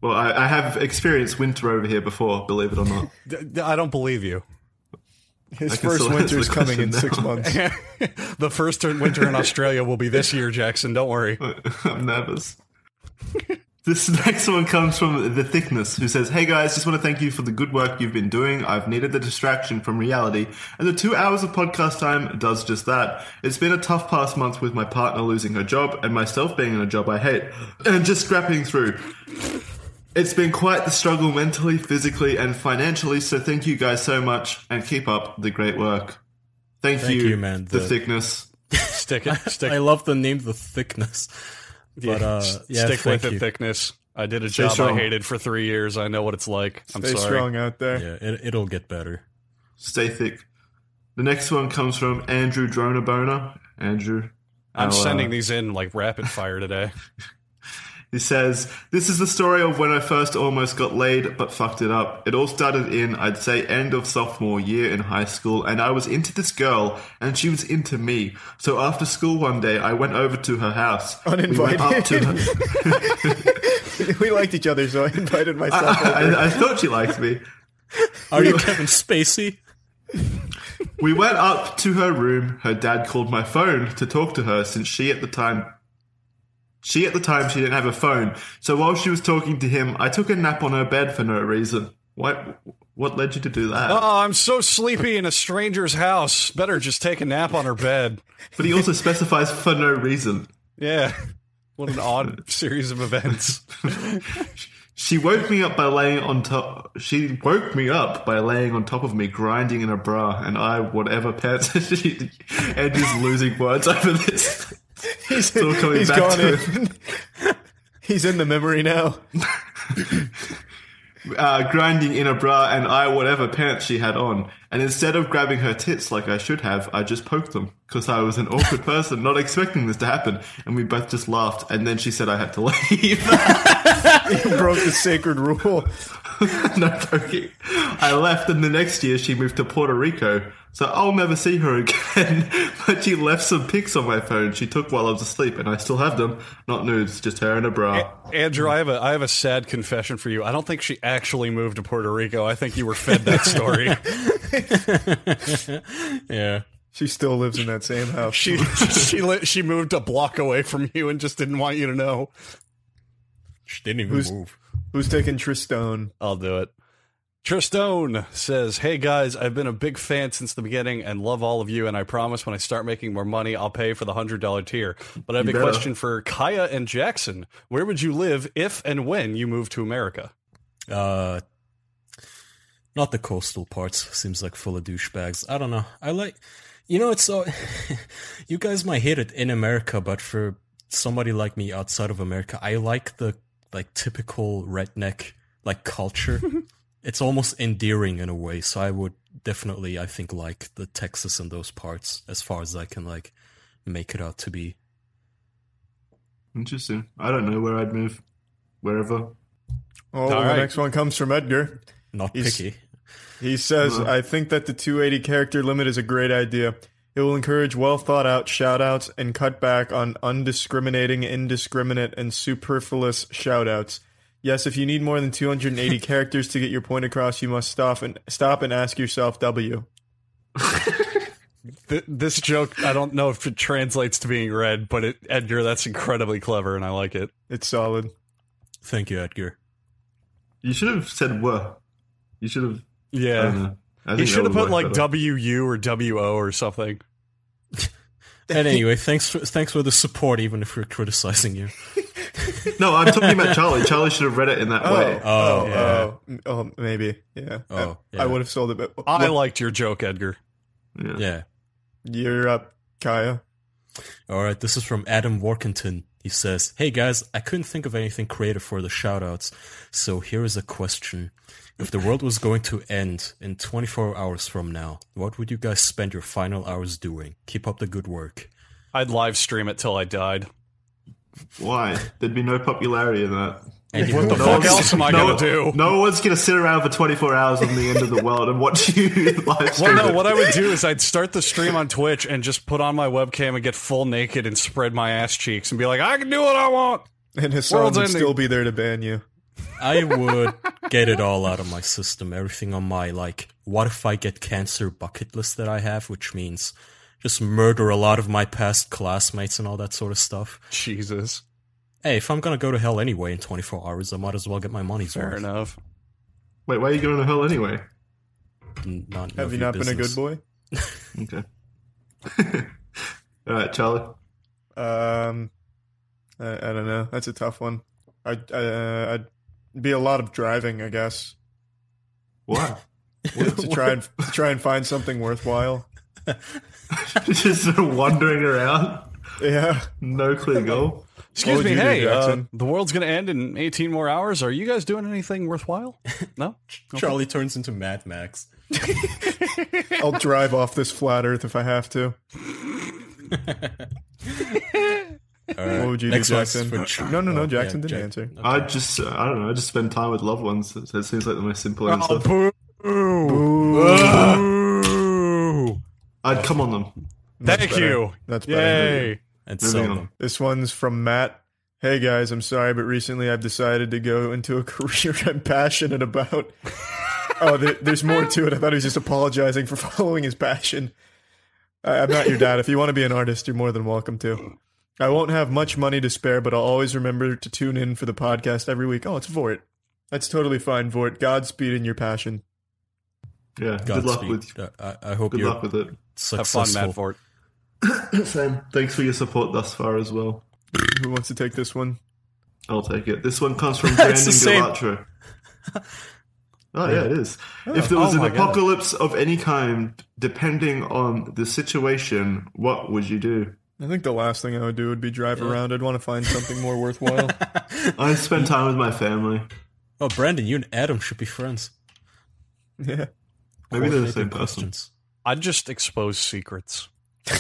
Speaker 4: Well, I, I have experienced winter over here before. Believe it or not.
Speaker 1: D- d- I don't believe you.
Speaker 2: His
Speaker 4: I can
Speaker 2: first
Speaker 4: still answer
Speaker 2: winter's
Speaker 4: the
Speaker 2: coming in
Speaker 4: question
Speaker 2: 6
Speaker 4: now.
Speaker 2: months.
Speaker 1: the first turn- winter in Australia will be this year, Jackson. Don't worry.
Speaker 4: I'm nervous. this next one comes from The Thickness, who says, Hey guys, just want to thank you for the good work you've been doing. I've needed the distraction from reality, and the two hours of podcast time does just that. It's been a tough past month with my partner losing her job and myself being in a job I hate, and just scrapping through. It's been quite the struggle mentally, physically, and financially, so thank you guys so much, and keep up the great work. Thank,
Speaker 3: Thank you, man.
Speaker 4: The,
Speaker 3: The-
Speaker 4: Thickness.
Speaker 1: Stick it. Stick,
Speaker 3: I love the name, the thickness. But uh, yeah,
Speaker 1: stick
Speaker 3: thank
Speaker 1: with it,
Speaker 3: you.
Speaker 1: thickness. I did a job I
Speaker 4: strong.
Speaker 1: hated for three years. I know what it's like. I'm
Speaker 2: Stay
Speaker 1: sorry.
Speaker 2: strong out there.
Speaker 3: Yeah, it, it'll get better.
Speaker 4: Stay thick. The next one comes from Andrew Dronabona. Andrew.
Speaker 1: I'm
Speaker 4: Our,
Speaker 1: sending
Speaker 4: uh,
Speaker 1: these in like rapid fire today.
Speaker 4: He says, This is the story of when I first almost got laid but fucked it up. It all started in, I'd say, end of sophomore year in high school, and I was into this girl, and she was into me. So after school one day, I went over to her house. We went up to her.
Speaker 2: we liked each other, so I invited myself.
Speaker 4: I, I, I thought she liked me.
Speaker 3: Are you Kevin Spacey?
Speaker 4: We went up to her room. Her dad called my phone to talk to her since she at the time she at the time she didn't have a phone. So while she was talking to him, I took a nap on her bed for no reason. What what led you to do that?
Speaker 1: Oh, I'm so sleepy in a stranger's house. Better just take a nap on her bed.
Speaker 4: But he also specifies for no reason.
Speaker 1: Yeah. What an odd series of events.
Speaker 4: She woke me up by laying on top. She woke me up by laying on top of me, grinding in a bra, and I, whatever pants, she, Ed is losing words over this.
Speaker 2: He's,
Speaker 4: all coming
Speaker 2: he's
Speaker 4: back
Speaker 2: gone
Speaker 4: to
Speaker 2: in. he's in the memory now.
Speaker 4: uh, grinding in a bra and I whatever pants she had on. And instead of grabbing her tits like I should have, I just poked them because I was an awkward person, not expecting this to happen. And we both just laughed. And then she said I had to leave.
Speaker 2: He broke the sacred rule.
Speaker 4: no joking. I left, and the next year she moved to Puerto Rico. So I'll never see her again. but she left some pics on my phone she took while I was asleep, and I still have them. Not nudes, just her in a
Speaker 1: Eh.
Speaker 4: bra.
Speaker 1: Andrew, I have a I have a sad confession for you. I don't think she actually moved to Puerto Rico. I think you were fed that story.
Speaker 3: Yeah.
Speaker 2: She still lives in that same house.
Speaker 1: she she li- she moved a block away from you and just didn't want you to know.
Speaker 3: She didn't even
Speaker 2: Who's-
Speaker 3: move.
Speaker 2: Who's taking Tristone?
Speaker 1: I'll do it. Tristone says, Hey guys, I've been a big fan since the beginning and love all of you. And I promise when I start making more money, I'll pay for the $100 tier. But I have
Speaker 4: You
Speaker 1: a
Speaker 4: better.
Speaker 1: question for Kaya and Jackson. Where would you live if and when you move to America?
Speaker 3: Uh, not the coastal parts. Seems like full of douchebags. I don't know. I like, you know, it's so. you guys might hate it in America, but for somebody like me outside of America, I like the like typical redneck like culture. it's almost endearing in a way. So I would definitely, I think, like the Texas and those parts as far as I can like make it out to be.
Speaker 4: Interesting. I don't know where I'd move. Wherever.
Speaker 2: Oh,
Speaker 1: All right.
Speaker 2: the next one comes from Edgar.
Speaker 3: Not
Speaker 2: He's-
Speaker 3: picky.
Speaker 2: He says,
Speaker 4: Uh-huh.
Speaker 2: I think that the 280 character limit is a great idea. It will encourage well thought out shout outs and cut back on undiscriminating, indiscriminate, and superfluous shout outs. Yes, if you need more than 280 characters to get your point across, you must stop and stop and ask yourself W.
Speaker 1: Th- this joke, I don't know if it translates to being read, but it, Edgar, that's incredibly clever and I like it.
Speaker 2: It's solid.
Speaker 3: Thank you, Edgar.
Speaker 4: You should have said were. You should have. I don't
Speaker 1: Yeah.
Speaker 4: know. I
Speaker 1: He
Speaker 4: think that
Speaker 1: should have put
Speaker 4: would work
Speaker 1: like
Speaker 4: better.
Speaker 1: WU or WO or something.
Speaker 3: And anyway, thanks for thanks for the support, even if we're criticizing you.
Speaker 4: No, I'm talking about Charlie. Charlie should have read it in that way.
Speaker 2: oh,
Speaker 3: yeah.
Speaker 2: oh, m- oh, maybe. Yeah.
Speaker 3: Oh,
Speaker 2: I,
Speaker 3: yeah.
Speaker 2: would have sold it, but
Speaker 1: I
Speaker 2: Look,
Speaker 1: liked your joke, Edgar.
Speaker 4: Yeah.
Speaker 3: Yeah.
Speaker 2: you're up, Kaya.
Speaker 3: All right, this is from Adam Workington. He says, Hey guys, I couldn't think of anything creative for the shoutouts, so here is a question. If the world was going to end in 24 hours from now, what would you guys spend your final hours doing? Keep up the good work.
Speaker 1: I'd live stream it till I died.
Speaker 4: Why? There'd be no popularity in that.
Speaker 3: And even
Speaker 1: the
Speaker 3: though-
Speaker 1: fuck else am I
Speaker 4: no,
Speaker 1: gonna do?
Speaker 4: No one's gonna sit around for 24 hours on the end of the world and watch you live
Speaker 1: Well,
Speaker 4: stream.
Speaker 1: no,
Speaker 4: it.
Speaker 1: what I would do is I'd start the stream on Twitch and just put on my webcam and get full naked and spread my ass cheeks and be like, I can do what I want.
Speaker 2: And Hassan
Speaker 1: World's
Speaker 2: would
Speaker 1: ending.
Speaker 2: still be there to ban you.
Speaker 3: I would get it all out of my system, everything on my like what if I get cancer bucket list that I have, which means just murder a lot of my past classmates and all that sort of stuff.
Speaker 1: Jesus.
Speaker 3: Hey, if I'm gonna go to hell anyway in 24 hours, I might as well get my money's
Speaker 1: Fair
Speaker 3: worth.
Speaker 1: enough.
Speaker 4: Wait, why are you going to hell anyway?
Speaker 3: N- Not none
Speaker 2: Have
Speaker 3: of
Speaker 2: you
Speaker 3: your
Speaker 2: not been a
Speaker 3: business.
Speaker 2: good boy?
Speaker 4: Okay. All right, Charlie.
Speaker 2: Um, I, I don't know. That's a tough one. I'd, uh, I'd be a lot of driving, I guess,
Speaker 4: Why?
Speaker 2: to try and to try and find something worthwhile.
Speaker 4: Just sort of wandering around,
Speaker 2: Yeah,
Speaker 4: no clear goal.
Speaker 1: Excuse
Speaker 2: would
Speaker 1: me,
Speaker 2: you do,
Speaker 1: hey, uh,
Speaker 2: Jackson?
Speaker 1: the world's going to end in 18 more hours. Are you guys doing anything worthwhile? No?
Speaker 3: Charlie turns into Mad Max.
Speaker 2: I'll drive off this flat Earth if I have to.
Speaker 3: All right.
Speaker 2: What would you do,
Speaker 3: Next one's
Speaker 2: Jackson?
Speaker 3: for Ch-
Speaker 2: No, no, no,
Speaker 3: oh,
Speaker 2: Jackson didn't
Speaker 3: Jack-
Speaker 2: answer.
Speaker 3: okay.
Speaker 4: I just, uh, I don't know, I just spend time with loved ones. That that seems like the most simple
Speaker 1: Uh-huh.
Speaker 4: answer.
Speaker 1: Boo.
Speaker 4: I'd come on them.
Speaker 1: Thank
Speaker 2: better.
Speaker 1: you.
Speaker 2: That's better.
Speaker 1: Yay.
Speaker 3: and
Speaker 4: Moving
Speaker 3: sell
Speaker 4: on.
Speaker 3: them.
Speaker 2: This one's from Matt. Hey guys, I'm sorry, but recently I've decided to go into a career I'm passionate about. oh, there, there's more to it. I thought he was just apologizing for following his passion. I, I'm not your dad. If you want to be an artist, you're more than welcome to. I won't have much money to spare, but I'll always remember to tune in for the podcast every week. Oh, it's Vort. That's totally fine, Vort. Godspeed in your passion.
Speaker 4: Yeah. good luck
Speaker 3: Godspeed. Uh,
Speaker 4: with
Speaker 3: I, I hope
Speaker 4: good
Speaker 3: you're
Speaker 4: luck with it.
Speaker 1: Have fun, Matt
Speaker 3: successful.
Speaker 1: Fort.
Speaker 4: Same. Thanks for your support thus far as well.
Speaker 2: Who wants to take this one?
Speaker 4: I'll take it. This one comes from Brandon
Speaker 3: It's the same.
Speaker 4: Galatra. Oh yeah, it is. if there
Speaker 1: Oh
Speaker 4: was
Speaker 1: my
Speaker 4: an
Speaker 1: God.
Speaker 4: apocalypse of any kind, depending on the situation, what would you do?
Speaker 2: I think the last thing I would do would be drive around. I'd want to find something more worthwhile.
Speaker 4: I spend time with my family.
Speaker 3: Oh, Brandon, you and Adam should be friends.
Speaker 2: yeah.
Speaker 4: Maybe they're the
Speaker 3: Coordinate their
Speaker 4: same person.
Speaker 3: questions.
Speaker 1: I'd just expose secrets.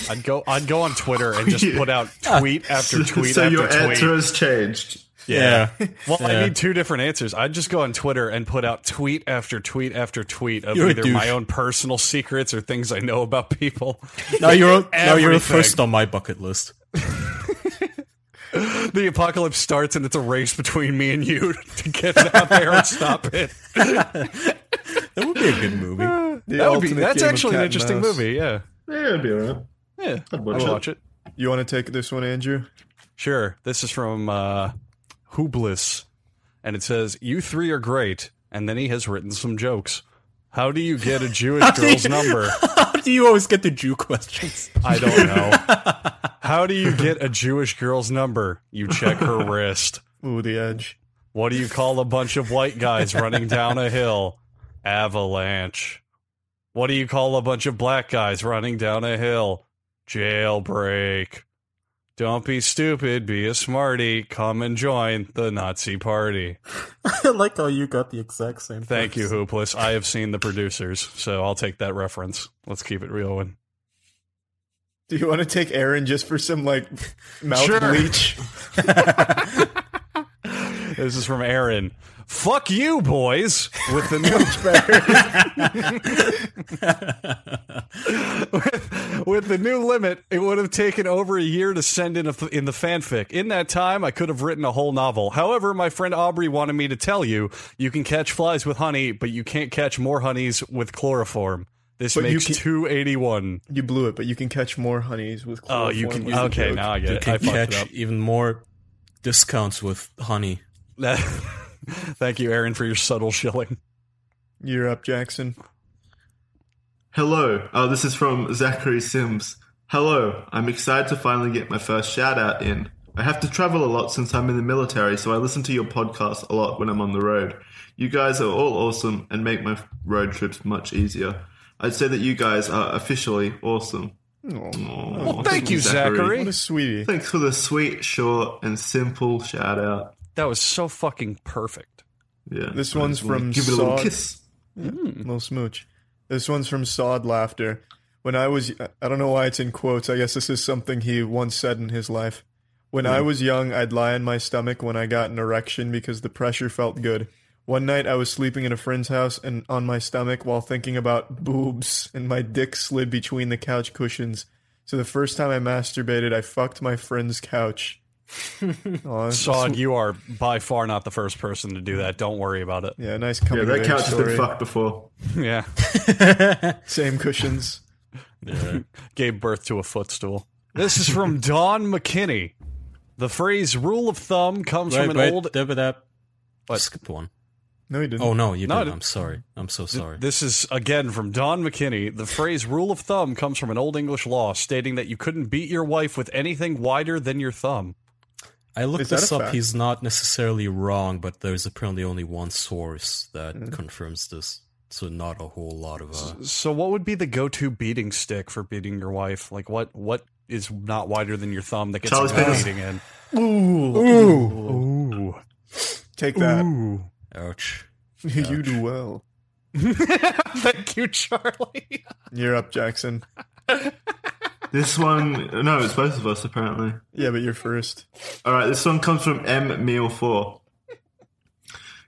Speaker 1: I'd go. I'd go on Twitter and just
Speaker 4: Yeah.
Speaker 1: put out tweet after tweet
Speaker 4: so
Speaker 1: after
Speaker 4: your
Speaker 1: tweet.
Speaker 4: answer has changed.
Speaker 3: Yeah.
Speaker 1: Well,
Speaker 3: Yeah.
Speaker 1: I need two different answers. I'd just go on Twitter and put out tweet after tweet after tweet of
Speaker 3: You're a
Speaker 1: either my
Speaker 3: douche.
Speaker 1: own personal secrets or things I know about people.
Speaker 3: now you're now you're
Speaker 1: Everything.
Speaker 3: first on my bucket list.
Speaker 1: the apocalypse starts and it's a race between me and you to get out there and stop it.
Speaker 3: That would be a good movie.
Speaker 2: The
Speaker 1: That would be,
Speaker 2: ultimate
Speaker 1: that's
Speaker 2: game of
Speaker 1: actually an
Speaker 2: cat and
Speaker 1: interesting
Speaker 2: mouse.
Speaker 1: movie. Yeah,
Speaker 4: Yeah, it'd be alright.
Speaker 1: yeah.
Speaker 4: I'd
Speaker 1: I'll
Speaker 4: watch it.
Speaker 1: watch it.
Speaker 2: You want to take this one, Andrew?
Speaker 1: Sure. This is from uh, Hublis, and it says, "You three are great." And then he has written some jokes. How do you get a Jewish
Speaker 3: do you-
Speaker 1: girl's number?
Speaker 3: How do you always get the Jew questions?
Speaker 1: I don't know. How do you get a Jewish girl's number? You check her wrist.
Speaker 2: Ooh, the edge.
Speaker 1: What do you call a bunch of white guys running down a hill? Avalanche. What do you call a bunch of black guys running down a hill? Jailbreak. Don't be stupid, be a smarty. Come and join the Nazi party.
Speaker 3: I like how you got the exact same.
Speaker 1: Thank you, Hoopless. I have seen the producers, so I'll take that reference. Let's keep it real. And
Speaker 2: Do you want to take Aaron just for some like mouth
Speaker 1: Sure.
Speaker 2: bleach?
Speaker 1: this is from Aaron. Fuck you, boys, with the new with, with the new limit, it would have taken over a year to send in a, in the fanfic. In that time, I could have written a whole novel. However, my friend Aubrey wanted me to tell you you can catch flies with honey, but you can't catch more honeys with chloroform. This
Speaker 2: But you
Speaker 1: makes
Speaker 2: can-
Speaker 1: two eighty one.
Speaker 2: You blew it, but you can catch more honeys with.
Speaker 1: Oh, you
Speaker 2: chloroform
Speaker 1: can
Speaker 2: using
Speaker 1: okay.
Speaker 2: joke.
Speaker 1: Now I get
Speaker 3: You
Speaker 1: it.
Speaker 3: can
Speaker 1: I fucked it up.
Speaker 3: catch even more discounts with honey.
Speaker 1: That- Thank you, Aaron, for your subtle shilling.
Speaker 2: You're up, Jackson.
Speaker 4: Hello. Oh, this is from Zachary Sims. Hello. I'm excited to finally get my first shout out in. I have to travel a lot since I'm in the military, so I listen to your podcast a lot when I'm on the road. You guys are all awesome and make my road trips much easier. I'd say that you guys are officially awesome. Aw,
Speaker 1: thank you, Zachary.
Speaker 2: What a sweetie.
Speaker 4: Thanks for the sweet, short, and simple shout out.
Speaker 1: That was so fucking perfect.
Speaker 4: Yeah.
Speaker 2: This
Speaker 4: I
Speaker 2: one's
Speaker 4: just wanna
Speaker 2: from
Speaker 4: Give it a little
Speaker 2: Sog.
Speaker 4: kiss.
Speaker 2: Little smooch. This one's from Sod Laughter. When I was, I don't know why it's in quotes. I guess this is something he once said in his life. When
Speaker 4: Hmm.
Speaker 2: I was young, I'd lie on my stomach when I got an erection because the pressure felt good. One night, I was sleeping at a friend's house and on my stomach while thinking about boobs, and my dick slid between the couch cushions. So the first time I masturbated, I fucked my friend's couch. Aw,
Speaker 1: Sod, you are by far not the first person to do that. Don't worry about it.
Speaker 2: yeah, nice coming.
Speaker 4: Yeah, that
Speaker 2: of
Speaker 4: couch
Speaker 2: age
Speaker 4: has been
Speaker 2: story.
Speaker 4: fucked before.
Speaker 1: Yeah.
Speaker 2: Same cushions.
Speaker 3: Yeah.
Speaker 1: Gave birth to a footstool. This is from Don McKinney. The phrase rule of thumb comes
Speaker 3: Right,
Speaker 1: from an
Speaker 3: right.
Speaker 1: old.
Speaker 3: Dab it up.
Speaker 1: What?
Speaker 3: Skip one.
Speaker 2: No, he didn't.
Speaker 3: Oh no, you
Speaker 1: No, I
Speaker 3: didn't.
Speaker 1: didn't.
Speaker 3: I'm sorry. I'm so sorry.
Speaker 1: This is again from Don McKinney. The phrase rule of thumb comes from an old English law stating that you couldn't beat your wife with anything wider than your thumb.
Speaker 3: I looked
Speaker 2: Is that
Speaker 3: this
Speaker 2: a
Speaker 3: up.
Speaker 2: fact?
Speaker 3: He's not necessarily wrong, but there's apparently only one source that
Speaker 2: Mm.
Speaker 3: confirms this. So not a whole lot of. Uh,
Speaker 1: So, what would be the go to beating stick for beating your wife? Like, what what is not wider than your thumb that gets
Speaker 4: Charles
Speaker 1: a good
Speaker 4: Penis.
Speaker 1: beating in?
Speaker 4: Oh.
Speaker 2: Ooh.
Speaker 1: Ooh.
Speaker 2: Take that.
Speaker 1: Ooh.
Speaker 3: ouch.
Speaker 2: you do well.
Speaker 1: Thank you, Charlie.
Speaker 2: You're up, Jackson.
Speaker 4: This one, no, it's both of us apparently.
Speaker 2: Yeah, but you're first.
Speaker 4: All right, this song comes from M Meal Four.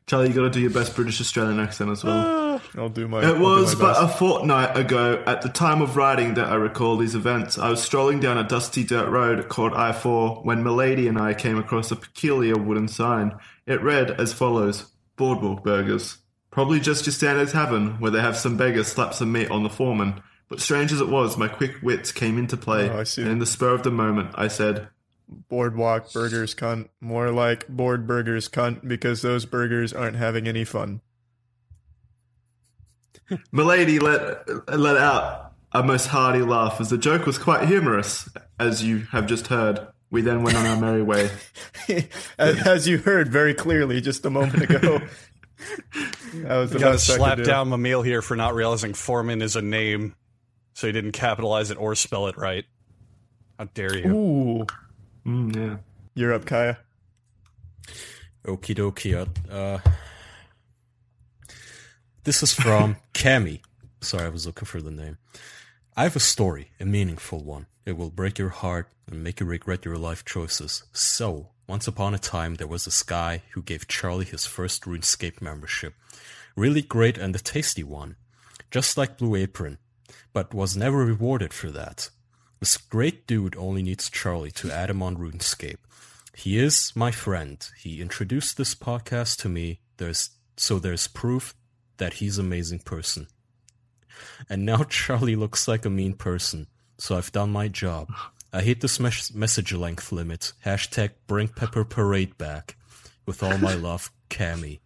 Speaker 4: Charlie, you got to do your best British Australian accent as well.
Speaker 2: Oh. I'll do my.
Speaker 4: It was but
Speaker 2: but
Speaker 4: a fortnight ago, at the time of writing, that I recall these events. I was strolling down a dusty dirt road called I 4 when Milady and I came across a peculiar wooden sign. It read as follows Boardwalk Burgers. Probably just your standard tavern where they have some beggars slap some meat on the foreman. But strange as it was, my quick wits came into play.
Speaker 2: Oh, I see.
Speaker 4: And in the spur of the moment, I said,
Speaker 2: boardwalk burgers cunt. More like board burgers cunt because those burgers aren't having any fun.
Speaker 4: Milady let let out a most hearty laugh, as the joke was quite humorous, as you have just heard. We then went on our merry way.
Speaker 2: as, as you heard very clearly just a moment ago. that was the
Speaker 1: Gotta
Speaker 2: best I could
Speaker 1: slap
Speaker 2: do.
Speaker 1: down Mamil here for not realizing Foreman is a name, so he didn't capitalize it or spell it right. How dare you?
Speaker 2: Ooh,
Speaker 4: Mm, yeah.
Speaker 2: you're up, Kaya.
Speaker 3: Okie dokie. Uh, this is from Cami. Sorry, I was looking for the name. I have a story, a meaningful one. It will break your heart and make you regret your life choices. So, once upon a time, there was this guy who gave Charlie his first RuneScape membership. Really great and a tasty one, just like Blue Apron, but was never rewarded for that. This great dude only needs Charlie to add him on RuneScape. He is my friend. He introduced this podcast to me. There's so there's proof that he's an amazing person. And now Charlie looks like a mean person. So I've done my job. I hate this mes- message length limit. Hashtag bring Pepper Parade back. With all my love, Cammy.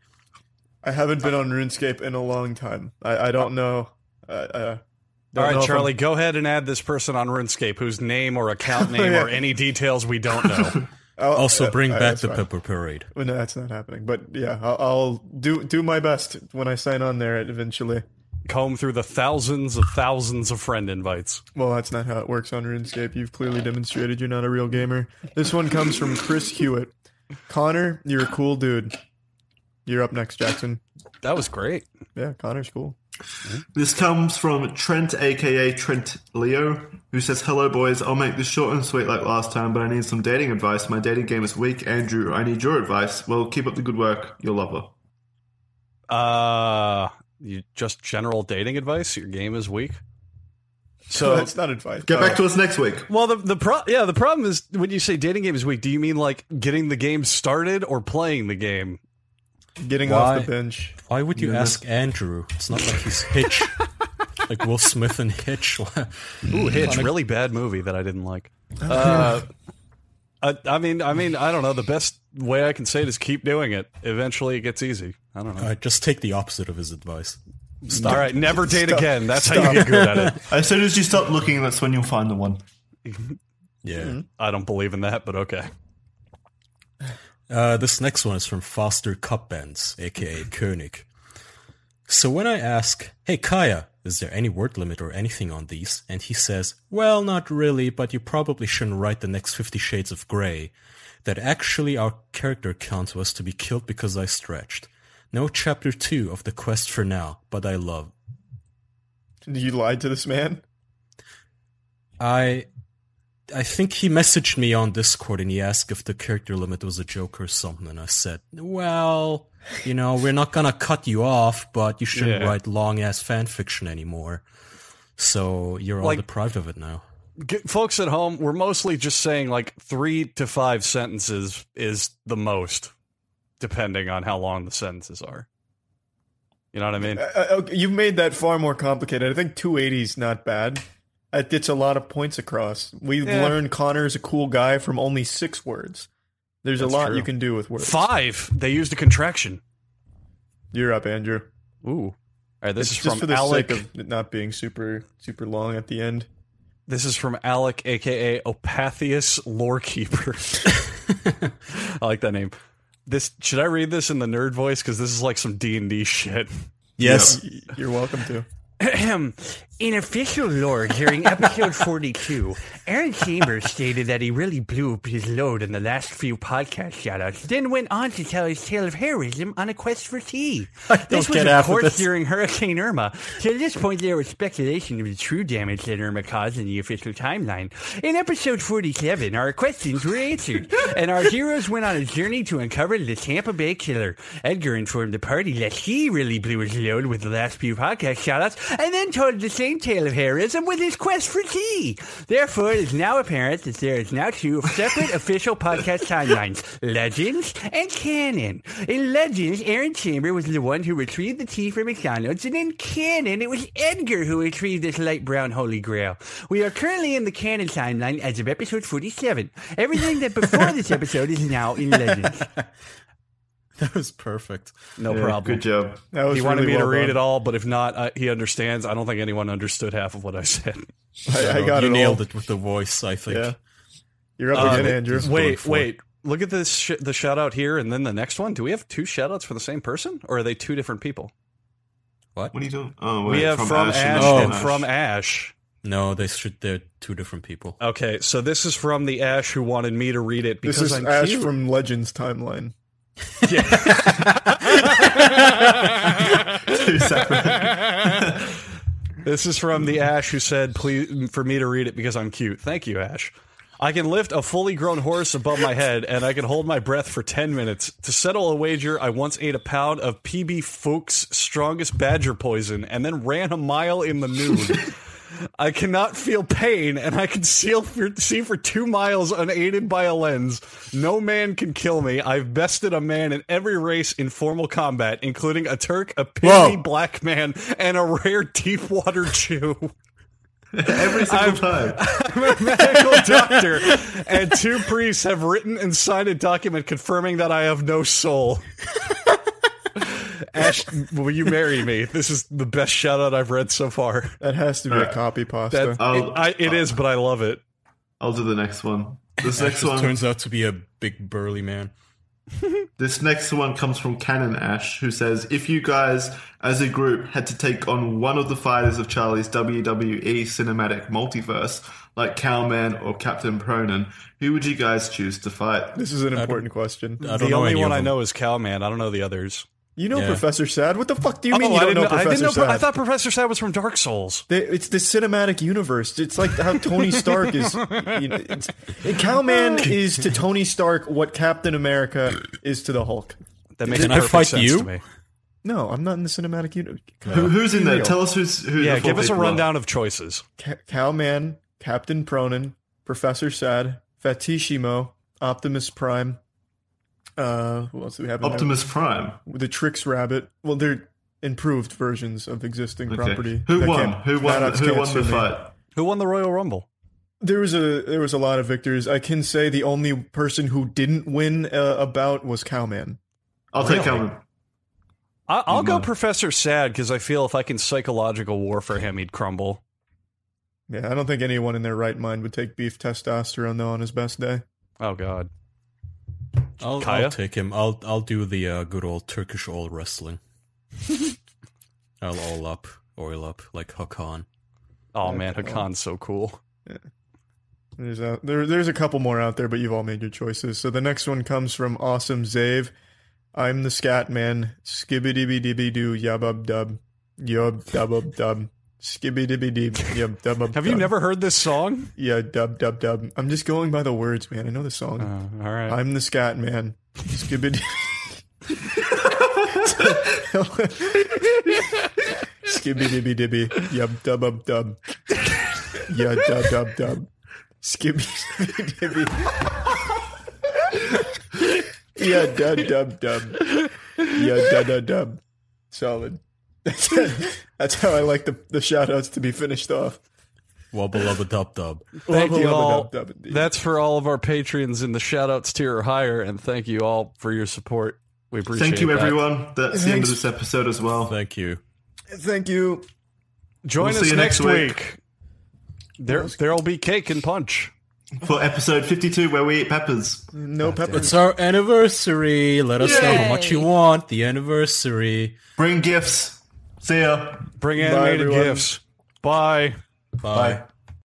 Speaker 2: I haven't been on RuneScape in a long time. I, I don't know. Uh, uh, don't
Speaker 1: All
Speaker 2: know
Speaker 1: right,
Speaker 2: if
Speaker 1: Charlie, go ahead and add this person on RuneScape whose name or account name
Speaker 2: Yeah.
Speaker 1: or any details we don't know.
Speaker 2: I'm- I'll-
Speaker 3: Also
Speaker 2: uh,
Speaker 3: bring
Speaker 2: uh,
Speaker 3: back
Speaker 2: that's
Speaker 3: the
Speaker 2: fine.
Speaker 3: Pepper Parade.
Speaker 2: Well, no, that's not happening. But yeah, I'll, I'll do do my best when I sign on there eventually.
Speaker 1: Comb through the thousands of thousands of friend invites.
Speaker 2: Well, that's not how it works on RuneScape. You've clearly demonstrated you're not a real gamer. This one comes from Chris Hewitt. Connor, you're a cool dude. You're up next, Jackson.
Speaker 1: That was great.
Speaker 2: Yeah, Connor's cool.
Speaker 4: This comes from Trent, aka Trent Leo, who says, Hello, boys. I'll make this short and sweet like last time, but I need some dating advice. My dating game is weak. Andrew, I need your advice. Well, keep up the good work. Your lover.
Speaker 1: Uh, you, just general dating advice. Your game is weak.
Speaker 2: Well,
Speaker 1: So
Speaker 2: that's not advice.
Speaker 4: Get back to us next week.
Speaker 1: Well, the the pro- yeah, the problem is when you say dating game is weak. Do you mean like getting the game started or playing the game?
Speaker 2: getting
Speaker 3: Why?
Speaker 2: off the bench.
Speaker 3: Why would you ask Andrew? It's not like he's Hitch. like Will Smith and Hitch.
Speaker 1: Ooh, Hitch, really bad movie that I didn't like. Uh, I, I mean, I mean, I don't know. The best way I can say it is keep doing it. Eventually, it gets easy. I don't know.
Speaker 3: I just take the opposite of his advice.
Speaker 1: All right, never date again. That's how you get good at it.
Speaker 4: As soon as you stop looking, that's when you'll find the one.
Speaker 3: Yeah.
Speaker 1: I don't believe in that, but okay.
Speaker 3: Uh, this next one is from Foster Cupbands, aka Koenig. So when I ask, hey Kaya, is there any word limit or anything on these? And he says, well, not really, but you probably shouldn't write the next Fifty Shades of Grey. That actually our character count was to be killed because I stretched. No chapter 2 of the quest for now, but I love.
Speaker 2: You lied to this man.
Speaker 3: I. I think he messaged me on Discord and he asked if the character limit was a joke or something, and I said, "Well, you know, we're not gonna cut you off, but you shouldn't
Speaker 1: Yeah.
Speaker 3: write long ass fan fiction anymore. So you're all
Speaker 1: Like-
Speaker 3: deprived of it now."
Speaker 1: G folks at home, we're mostly just saying like three to five sentences is the most, depending on how long the sentences are. You know what I mean?
Speaker 2: Uh, uh, okay, you've made that far more complicated. I think 280 is not bad. It gets a lot of points across. We've
Speaker 1: Yeah.
Speaker 2: learned Connor's a cool guy from only six words. There's
Speaker 1: That's
Speaker 2: a lot
Speaker 1: true.
Speaker 2: you can do with words.
Speaker 1: Five. They used a contraction.
Speaker 2: You're up, Andrew.
Speaker 1: Ooh. All right. This
Speaker 2: It's
Speaker 1: is
Speaker 2: just
Speaker 1: from
Speaker 2: for the
Speaker 1: Alec.
Speaker 2: sake of it not being super super long at the end.
Speaker 1: this is from Alec, aka Opathius Lorekeeper. I like that name. This should I read this in the nerd voice because this is like some D and D shit.
Speaker 3: Yes,
Speaker 2: You're welcome to.
Speaker 1: Ahem.
Speaker 5: In official lore during episode 42, Aaron Chambers stated that he really blew up his load in the last few podcast shoutouts, then went on to tell his tale of heroism on a quest for tea. This was,
Speaker 3: get
Speaker 5: of
Speaker 3: half of
Speaker 5: course,
Speaker 3: this.
Speaker 5: during Hurricane Irma. To this point, there was speculation of the true damage that Irma caused in the official timeline. In episode 47, our questions were answered, and our heroes went on a journey to uncover the Tampa Bay Killer. Edgar informed the party that he really blew his load with the last few podcast shoutouts, and then told the same tale of heroism with his quest for tea. Therefore, it is now apparent that there is now two separate official podcast timelines, Legends and Canon. In Legends, Aaron Chamber was the one who retrieved the tea from McDonald's, and in Canon, it was Edgar who retrieved this light brown holy grail. We are currently in the Canon timeline as of episode 47. Everything that before this episode is now in Legends.
Speaker 3: That was perfect.
Speaker 1: No
Speaker 4: Yeah,
Speaker 1: problem.
Speaker 4: Good job.
Speaker 2: That was
Speaker 1: He wanted
Speaker 2: really
Speaker 1: me to
Speaker 2: well
Speaker 1: read
Speaker 2: done.
Speaker 1: it all, but if not, uh, he understands. I don't think anyone understood half of what I said.
Speaker 2: I, I got
Speaker 3: you
Speaker 2: it. Uh,
Speaker 3: nailed
Speaker 2: all.
Speaker 3: it with the voice. I think.
Speaker 2: Yeah. You're up again,
Speaker 1: Um,
Speaker 2: Oh, Andrew.
Speaker 3: Just going
Speaker 1: Wait,
Speaker 3: for
Speaker 1: wait. Look at this sh- the shout out here and then the next one. Do we have two shout outs for the same person or are they two different people?
Speaker 4: What are you doing? Oh, wait,
Speaker 1: We have from, Ash,
Speaker 4: and
Speaker 1: and,
Speaker 3: Oh.
Speaker 4: Ash.
Speaker 1: from Ash.
Speaker 3: No, they should. They're two different people.
Speaker 1: Okay, so this is from the Ash who wanted me to read it because
Speaker 2: this is
Speaker 1: I'm
Speaker 2: Ash
Speaker 1: cute.
Speaker 2: from Legends timeline.
Speaker 4: Two separate-
Speaker 1: This is from the Ash who said, "Please for me to read it because I'm cute." Thank you, Ash. I can lift a fully grown horse above my head, and I can hold my breath for ten minutes. To settle a wager, I once ate a pound of PB Fuchs' strongest badger poison, and then ran a mile in the nude. I cannot feel pain, and I can seal for, see for two miles unaided by a lens. No man can kill me. I've bested a man in every race in formal combat, including a Turk, a pygmy
Speaker 2: Whoa.
Speaker 1: black man, and a rare deep water Jew.
Speaker 4: every single time.
Speaker 1: Medical doctor and two priests have written and signed a document confirming that I have no soul. Ash, will you marry me? This is the best shout out I've read so far.
Speaker 2: That has to be a copy pasta.
Speaker 1: That,
Speaker 4: I'll-
Speaker 1: it, I, it is, but I love it.
Speaker 4: I'll do the next one. This next
Speaker 3: Just
Speaker 4: one.
Speaker 3: turns out to be a big burly man.
Speaker 4: This next one comes from Canon Ash, who says, "If you guys, as a group, had to take on one of the fighters of Charlie's WWE cinematic multiverse, like Cowman or Captain Pronin, who would you guys choose to fight?"
Speaker 2: this is an important question.
Speaker 3: I don't
Speaker 1: The
Speaker 3: know
Speaker 1: only
Speaker 3: any
Speaker 1: one I
Speaker 3: of them.
Speaker 1: know is Cowman. I don't know the others.
Speaker 2: You know
Speaker 3: Yeah.
Speaker 2: Professor Sad? What the fuck do you mean
Speaker 1: Oh,
Speaker 2: you
Speaker 1: I
Speaker 2: don't know
Speaker 1: didn't- I
Speaker 2: Professor
Speaker 1: didn't know.
Speaker 2: Sad?
Speaker 1: I thought Professor Sad was from Dark Souls.
Speaker 2: They- It's the cinematic universe. It's like how Tony Stark is. You know, it's, Cowman is to Tony Stark what Captain America is to the Hulk.
Speaker 1: That makes
Speaker 3: Can I
Speaker 1: perfect
Speaker 3: fight
Speaker 1: sense
Speaker 3: you?
Speaker 1: to me.
Speaker 2: No, I'm not in the cinematic universe.
Speaker 4: Who, who's in
Speaker 2: Be
Speaker 4: there?
Speaker 2: real.
Speaker 4: Tell us who's who.
Speaker 1: Yeah,
Speaker 4: the four
Speaker 1: give us a
Speaker 4: people are.
Speaker 1: rundown of choices.
Speaker 2: Ca- Cowman, Captain Pronin, Professor Sad, Fatishimo, Optimus Prime. Uh, who else do we have? in there?
Speaker 4: Optimus Prime.
Speaker 2: the Trix Rabbit. Well, they're improved versions of existing property.
Speaker 4: Okay. Who
Speaker 2: that
Speaker 4: won?
Speaker 2: can't-
Speaker 4: Who won?
Speaker 2: Maddox
Speaker 4: Who
Speaker 2: can't
Speaker 4: won the
Speaker 2: sue me.
Speaker 4: fight?
Speaker 1: Who won the Royal Rumble?
Speaker 2: There was a there was a lot of victors. I can say the only person who didn't win uh, a bout was Cowman.
Speaker 4: I'll take Cowman.
Speaker 1: I, I'll go Professor Sad because I feel if I can psychological war for him, he'd crumble.
Speaker 2: Yeah, I don't think anyone in their right mind would take beef testosterone though on his best day.
Speaker 1: Oh God.
Speaker 3: I'll,
Speaker 1: Kaya?
Speaker 3: I'll take him. I'll I'll do the uh, good old Turkish all wrestling. I'll all up, oil up like Hakan.
Speaker 1: Oh man, Hakan's so cool.
Speaker 2: There's a, there, there's a couple more out there, but you've all made your choices. So the next one comes from Awesome Zave. I'm the Scat Man. Skibbidibby dibby doo yabub dub. Yub dubub dub. Skibbidibby dib yub dubub.
Speaker 1: Have you
Speaker 2: dub.
Speaker 1: never heard this song?
Speaker 2: Yeah, dub dub dub. I'm just going by the words, man. I know the song.
Speaker 1: Uh, all right.
Speaker 2: I'm the Scat Man. Skibbid. Skibbidibby dibby. Yub dub up dub. Yeah dub dub dub. Skibbidibby dibby. Yeah dub dub dub. Yeah dub dub dub. Solid. That's it. That's how I like the, the shout outs to be finished off.
Speaker 3: Wobble a dub dub.
Speaker 1: thank
Speaker 2: Wubba
Speaker 1: you
Speaker 2: lubba
Speaker 1: all.
Speaker 2: dub dub indeed.
Speaker 1: That's for all of our patrons in the shout outs tier or higher, and thank you all for your support. We appreciate
Speaker 4: Thank you,
Speaker 1: that.
Speaker 4: everyone. That's the end of
Speaker 2: Thanks.
Speaker 4: this episode as well.
Speaker 3: Thank you.
Speaker 2: Thank you.
Speaker 1: Join
Speaker 4: We'll see
Speaker 1: us
Speaker 4: you
Speaker 1: next
Speaker 4: next
Speaker 1: week.
Speaker 4: week.
Speaker 1: There there'll be cake and punch.
Speaker 4: For episode fifty-two, where we eat peppers.
Speaker 2: No peppers.
Speaker 3: It's our anniversary. Let us know how much
Speaker 6: Yay.
Speaker 3: you want. The anniversary.
Speaker 4: Bring gifts. See ya.
Speaker 1: Bring animated
Speaker 2: everyone.
Speaker 1: gifts.
Speaker 7: Bye.
Speaker 1: Bye.